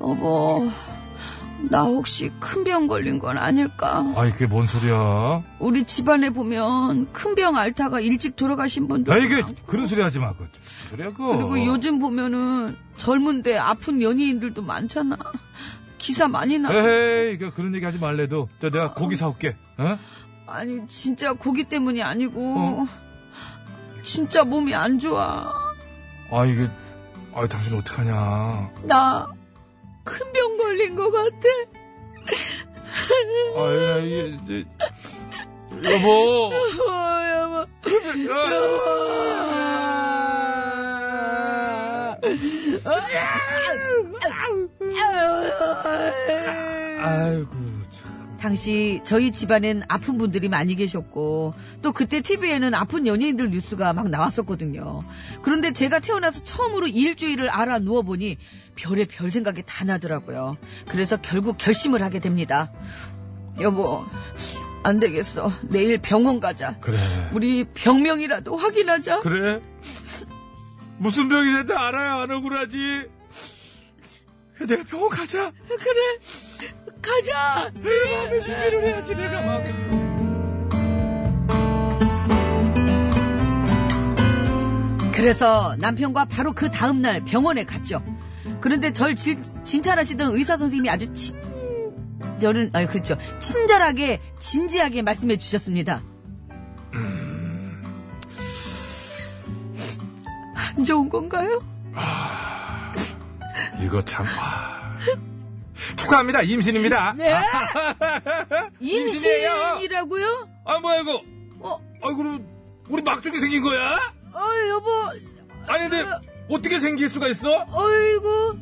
Speaker 3: 여보, 나 혹시 큰 병 걸린 건 아닐까?
Speaker 1: 아이, 그게 뭔 소리야?
Speaker 3: 우리 집안에 보면 큰 병 앓다가 일찍 돌아가신 분도
Speaker 1: 야, 이게,
Speaker 3: 많고
Speaker 1: 그런 소리 하지 마. 그, 소리야, 그거.
Speaker 3: 그리고 요즘 보면은 젊은데 아픈 연예인들도 많잖아. 기사 많이 나.
Speaker 1: 에헤이, 그, 그런 얘기 하지 말래도. 저,
Speaker 3: 아,
Speaker 1: 내가 고기 사올게. 어?
Speaker 3: 아니 진짜 고기 때문이 아니고 진짜 몸이 안 좋아.
Speaker 1: 아, 이게, 아, 당신 어떡하냐.
Speaker 3: 나 큰 병 걸린 것 같아.
Speaker 1: 아, 야, 이게, 이제, 여보.
Speaker 3: 어, 여보.
Speaker 1: 아이고, 참.
Speaker 3: 당시 저희 집안엔 아픈 분들이 많이 계셨고 또 그때 TV에는 아픈 연예인들 뉴스가 막 나왔었거든요. 그런데 제가 태어나서 처음으로 일주일을 알아 누워보니 별의 별 생각이 다 나더라고요. 그래서 결국 결심을 하게 됩니다. 여보, 안 되겠어. 내일 병원 가자.
Speaker 1: 그래.
Speaker 3: 우리 병명이라도 확인하자.
Speaker 1: 그래? 무슨 병이 된지 알아야 안 억울하지? 내가 병원 가자.
Speaker 3: 그래.
Speaker 2: 가자.
Speaker 1: 내 마음의 준비를 해야지 내가 마음의
Speaker 3: 그래서 남편과 바로 그 다음날 병원에 갔죠. 그런데 절 질- 진찰하시던 의사 선생님이 아주 친절은 아니 그렇죠 친절하게 진지하게 말씀해 주셨습니다.
Speaker 1: 음.
Speaker 3: 안 좋은 건가요?
Speaker 1: 이거 참 와,
Speaker 4: 아. 축하합니다. 임신입니다.
Speaker 3: 네
Speaker 4: 임신이에요.
Speaker 3: 임신이라고요?
Speaker 4: 아, 뭐야, 이거.
Speaker 3: 어.
Speaker 4: 아이고, 우리 막둥이 생긴 거야?
Speaker 3: 어 여보
Speaker 4: 아니, 근데 어떻게 생길 수가 있어?
Speaker 3: 어이구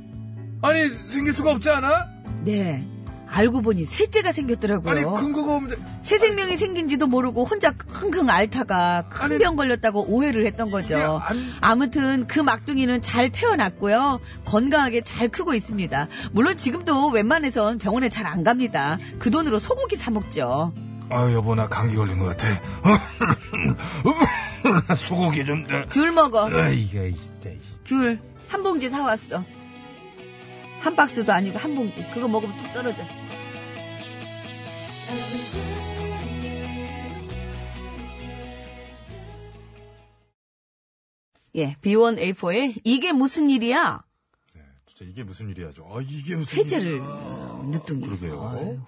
Speaker 4: 아니, 생길 수가 없지 않아?
Speaker 3: 네 알고 보니 셋째가 생겼더라고요.
Speaker 8: 아니 그- 근거가 없는데
Speaker 3: 새 생명이 생긴지도 모르고 혼자 흥흥 앓다가 큰
Speaker 8: 아니,
Speaker 3: 병 걸렸다고 오해를 했던
Speaker 8: 이게 아-
Speaker 3: 거죠.
Speaker 8: 안
Speaker 3: 아무튼 그 막둥이는 잘 태어났고요. 건강하게 잘 크고 있습니다. 물론 지금도 웬만해선 병원에 잘 안 갑니다. 그 돈으로 소고기 사 먹죠.
Speaker 4: 아, 여보, 나 감기 걸린 것 같아. 소고기 좀, 더.
Speaker 3: 귤
Speaker 8: 네.
Speaker 3: 먹어.
Speaker 4: 아이가, 진짜.
Speaker 3: 귤. 한 봉지 사왔어. 한 박스도 아니고 한 봉지. 그거 먹으면 뚝 떨어져. 예, B1A4의 이게 무슨 일이야?
Speaker 1: 진짜 이게 무슨 일이야 저. 아 이게 무슨
Speaker 3: 세제를
Speaker 1: 일이야.
Speaker 3: 늦둥이.
Speaker 1: 그러게요.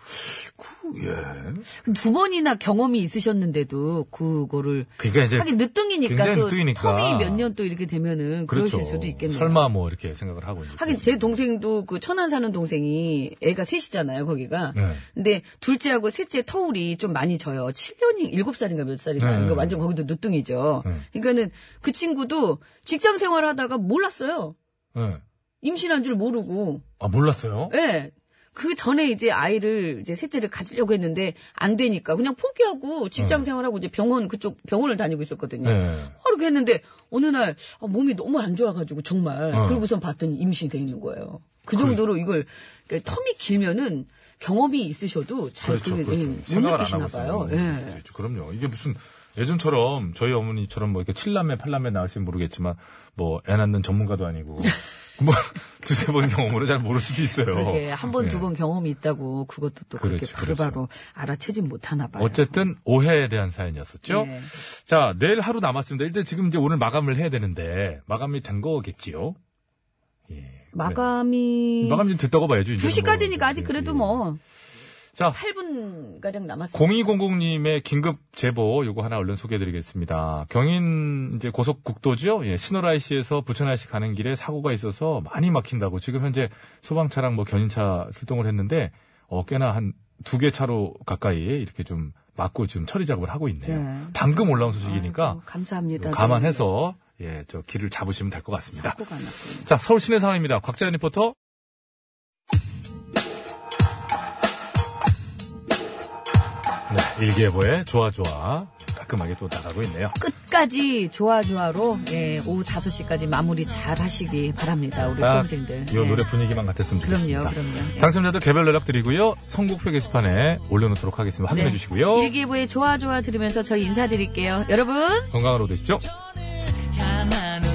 Speaker 1: 예.
Speaker 3: 두 번이나 경험이 있으셨는데도 그거를
Speaker 1: 그러니까 이제
Speaker 3: 하긴 늦둥이니까
Speaker 1: 굉장히
Speaker 3: 또
Speaker 1: 늦둥이니까. 그렇죠.
Speaker 3: 텀이 몇 년 또 이렇게 되면은 그러실 수도 있겠네요.
Speaker 1: 설마 뭐 이렇게 생각을 하고 있는.
Speaker 3: 하긴 제 동생도 그 천안 사는 동생이 애가 셋이잖아요 거기가.
Speaker 1: 네.
Speaker 3: 근데 둘째하고 셋째 터울이 좀 많이 져요. 7년이 7살인가 몇 살인가.
Speaker 1: 네.
Speaker 3: 이거 완전 거기도 늦둥이죠.
Speaker 1: 네.
Speaker 3: 그러니까는 그 친구도 직장 생활하다가 몰랐어요.
Speaker 1: 예.
Speaker 3: 임신한 줄 모르고.
Speaker 1: 아 몰랐어요?
Speaker 3: 예. 그 전에 이제 아이를 이제 셋째를 가지려고 했는데 안 되니까 그냥 포기하고 직장
Speaker 1: 음.
Speaker 3: 생활하고 이제 병원 그쪽 병원을 다니고 있었거든요.
Speaker 1: 예.
Speaker 3: 그렇게 했는데 어느 날 아, 몸이 너무 안 좋아가지고 정말
Speaker 1: 어.
Speaker 3: 그러고선 봤더니 임신돼 있는 거예요. 그 정도로 이걸 그러니까 텀이 길면은 경험이 있으셔도 잘
Speaker 1: 그렇죠,
Speaker 3: 그게,
Speaker 1: 그렇죠.
Speaker 3: 예, 못
Speaker 1: 생각을 안
Speaker 3: 느끼시나
Speaker 1: 하고 있어요.
Speaker 3: 봐요.
Speaker 1: 음,
Speaker 3: 예.
Speaker 1: 그렇죠. 그럼요. 이게 무슨 예전처럼 저희 어머니처럼 뭐 이렇게 칠남매, 팔남매 나으시면 모르겠지만 뭐 애 낳는 전문가도 아니고 뭐 두세 번 경험으로 잘 모를 수도 있어요.
Speaker 3: 그렇게 한 번
Speaker 1: 예.
Speaker 3: 두 번 경험이 있다고 그것도 또 그렇게
Speaker 1: 그렇죠,
Speaker 3: 바로바로 알아채진 못하나 봐요.
Speaker 1: 어쨌든 오해에 대한 사연이었었죠.
Speaker 3: 예.
Speaker 1: 자, 내일 하루 남았습니다. 일단 지금 이제 오늘 마감을 해야 되는데 마감이 된 거겠지요. 예.
Speaker 3: 마감이
Speaker 1: 그래. 마감이 좀 됐다고 봐야죠. 이제는
Speaker 3: 2시까지니까
Speaker 1: 뭐.
Speaker 3: 아직
Speaker 1: 예,
Speaker 3: 그래도
Speaker 1: 예.
Speaker 3: 뭐
Speaker 1: 자,
Speaker 3: 8분 가량 남았어요.
Speaker 1: 0200님의 긴급 제보 요거 하나 얼른 소개해드리겠습니다. 경인 이제 고속국도죠. 예, 신호라이시에서 부천라이시 가는 길에 사고가 있어서 많이 막힌다고 지금 현재 소방차랑 뭐 견인차 출동을 했는데 어, 꽤나 한 두 개 차로 가까이 이렇게 좀 막고 지금 처리 작업을 하고 있네요.
Speaker 3: 네.
Speaker 1: 방금 올라온 소식이니까
Speaker 3: 아이고, 감사합니다.
Speaker 1: 좀 감안해서 예, 저 길을 잡으시면 될 것 같습니다.
Speaker 3: 꼭 안았군요.
Speaker 1: 자, 서울 시내 상황입니다. 곽재현 리포터. 네, 일기예보에 좋아 좋아 깔끔하게 또 나가고 있네요.
Speaker 3: 끝까지 좋아좋아로 예, 오후 5시까지 마무리 잘 하시기 바랍니다. 우리
Speaker 1: 딱
Speaker 3: 수험생들.
Speaker 1: 아, 이
Speaker 3: 예.
Speaker 1: 노래 분위기만 같았으면 좋겠습니다.
Speaker 3: 그럼요, 그럼요. 예.
Speaker 1: 당첨자도 개별 연락 드리고요. 선곡표 게시판에 올려놓도록 하겠습니다. 확인해
Speaker 3: 네.
Speaker 1: 주시고요.
Speaker 3: 일기예보에 좋아좋아 들으면서 저희 인사드릴게요. 여러분!
Speaker 1: 건강으로 되십시오.
Speaker 15: 향한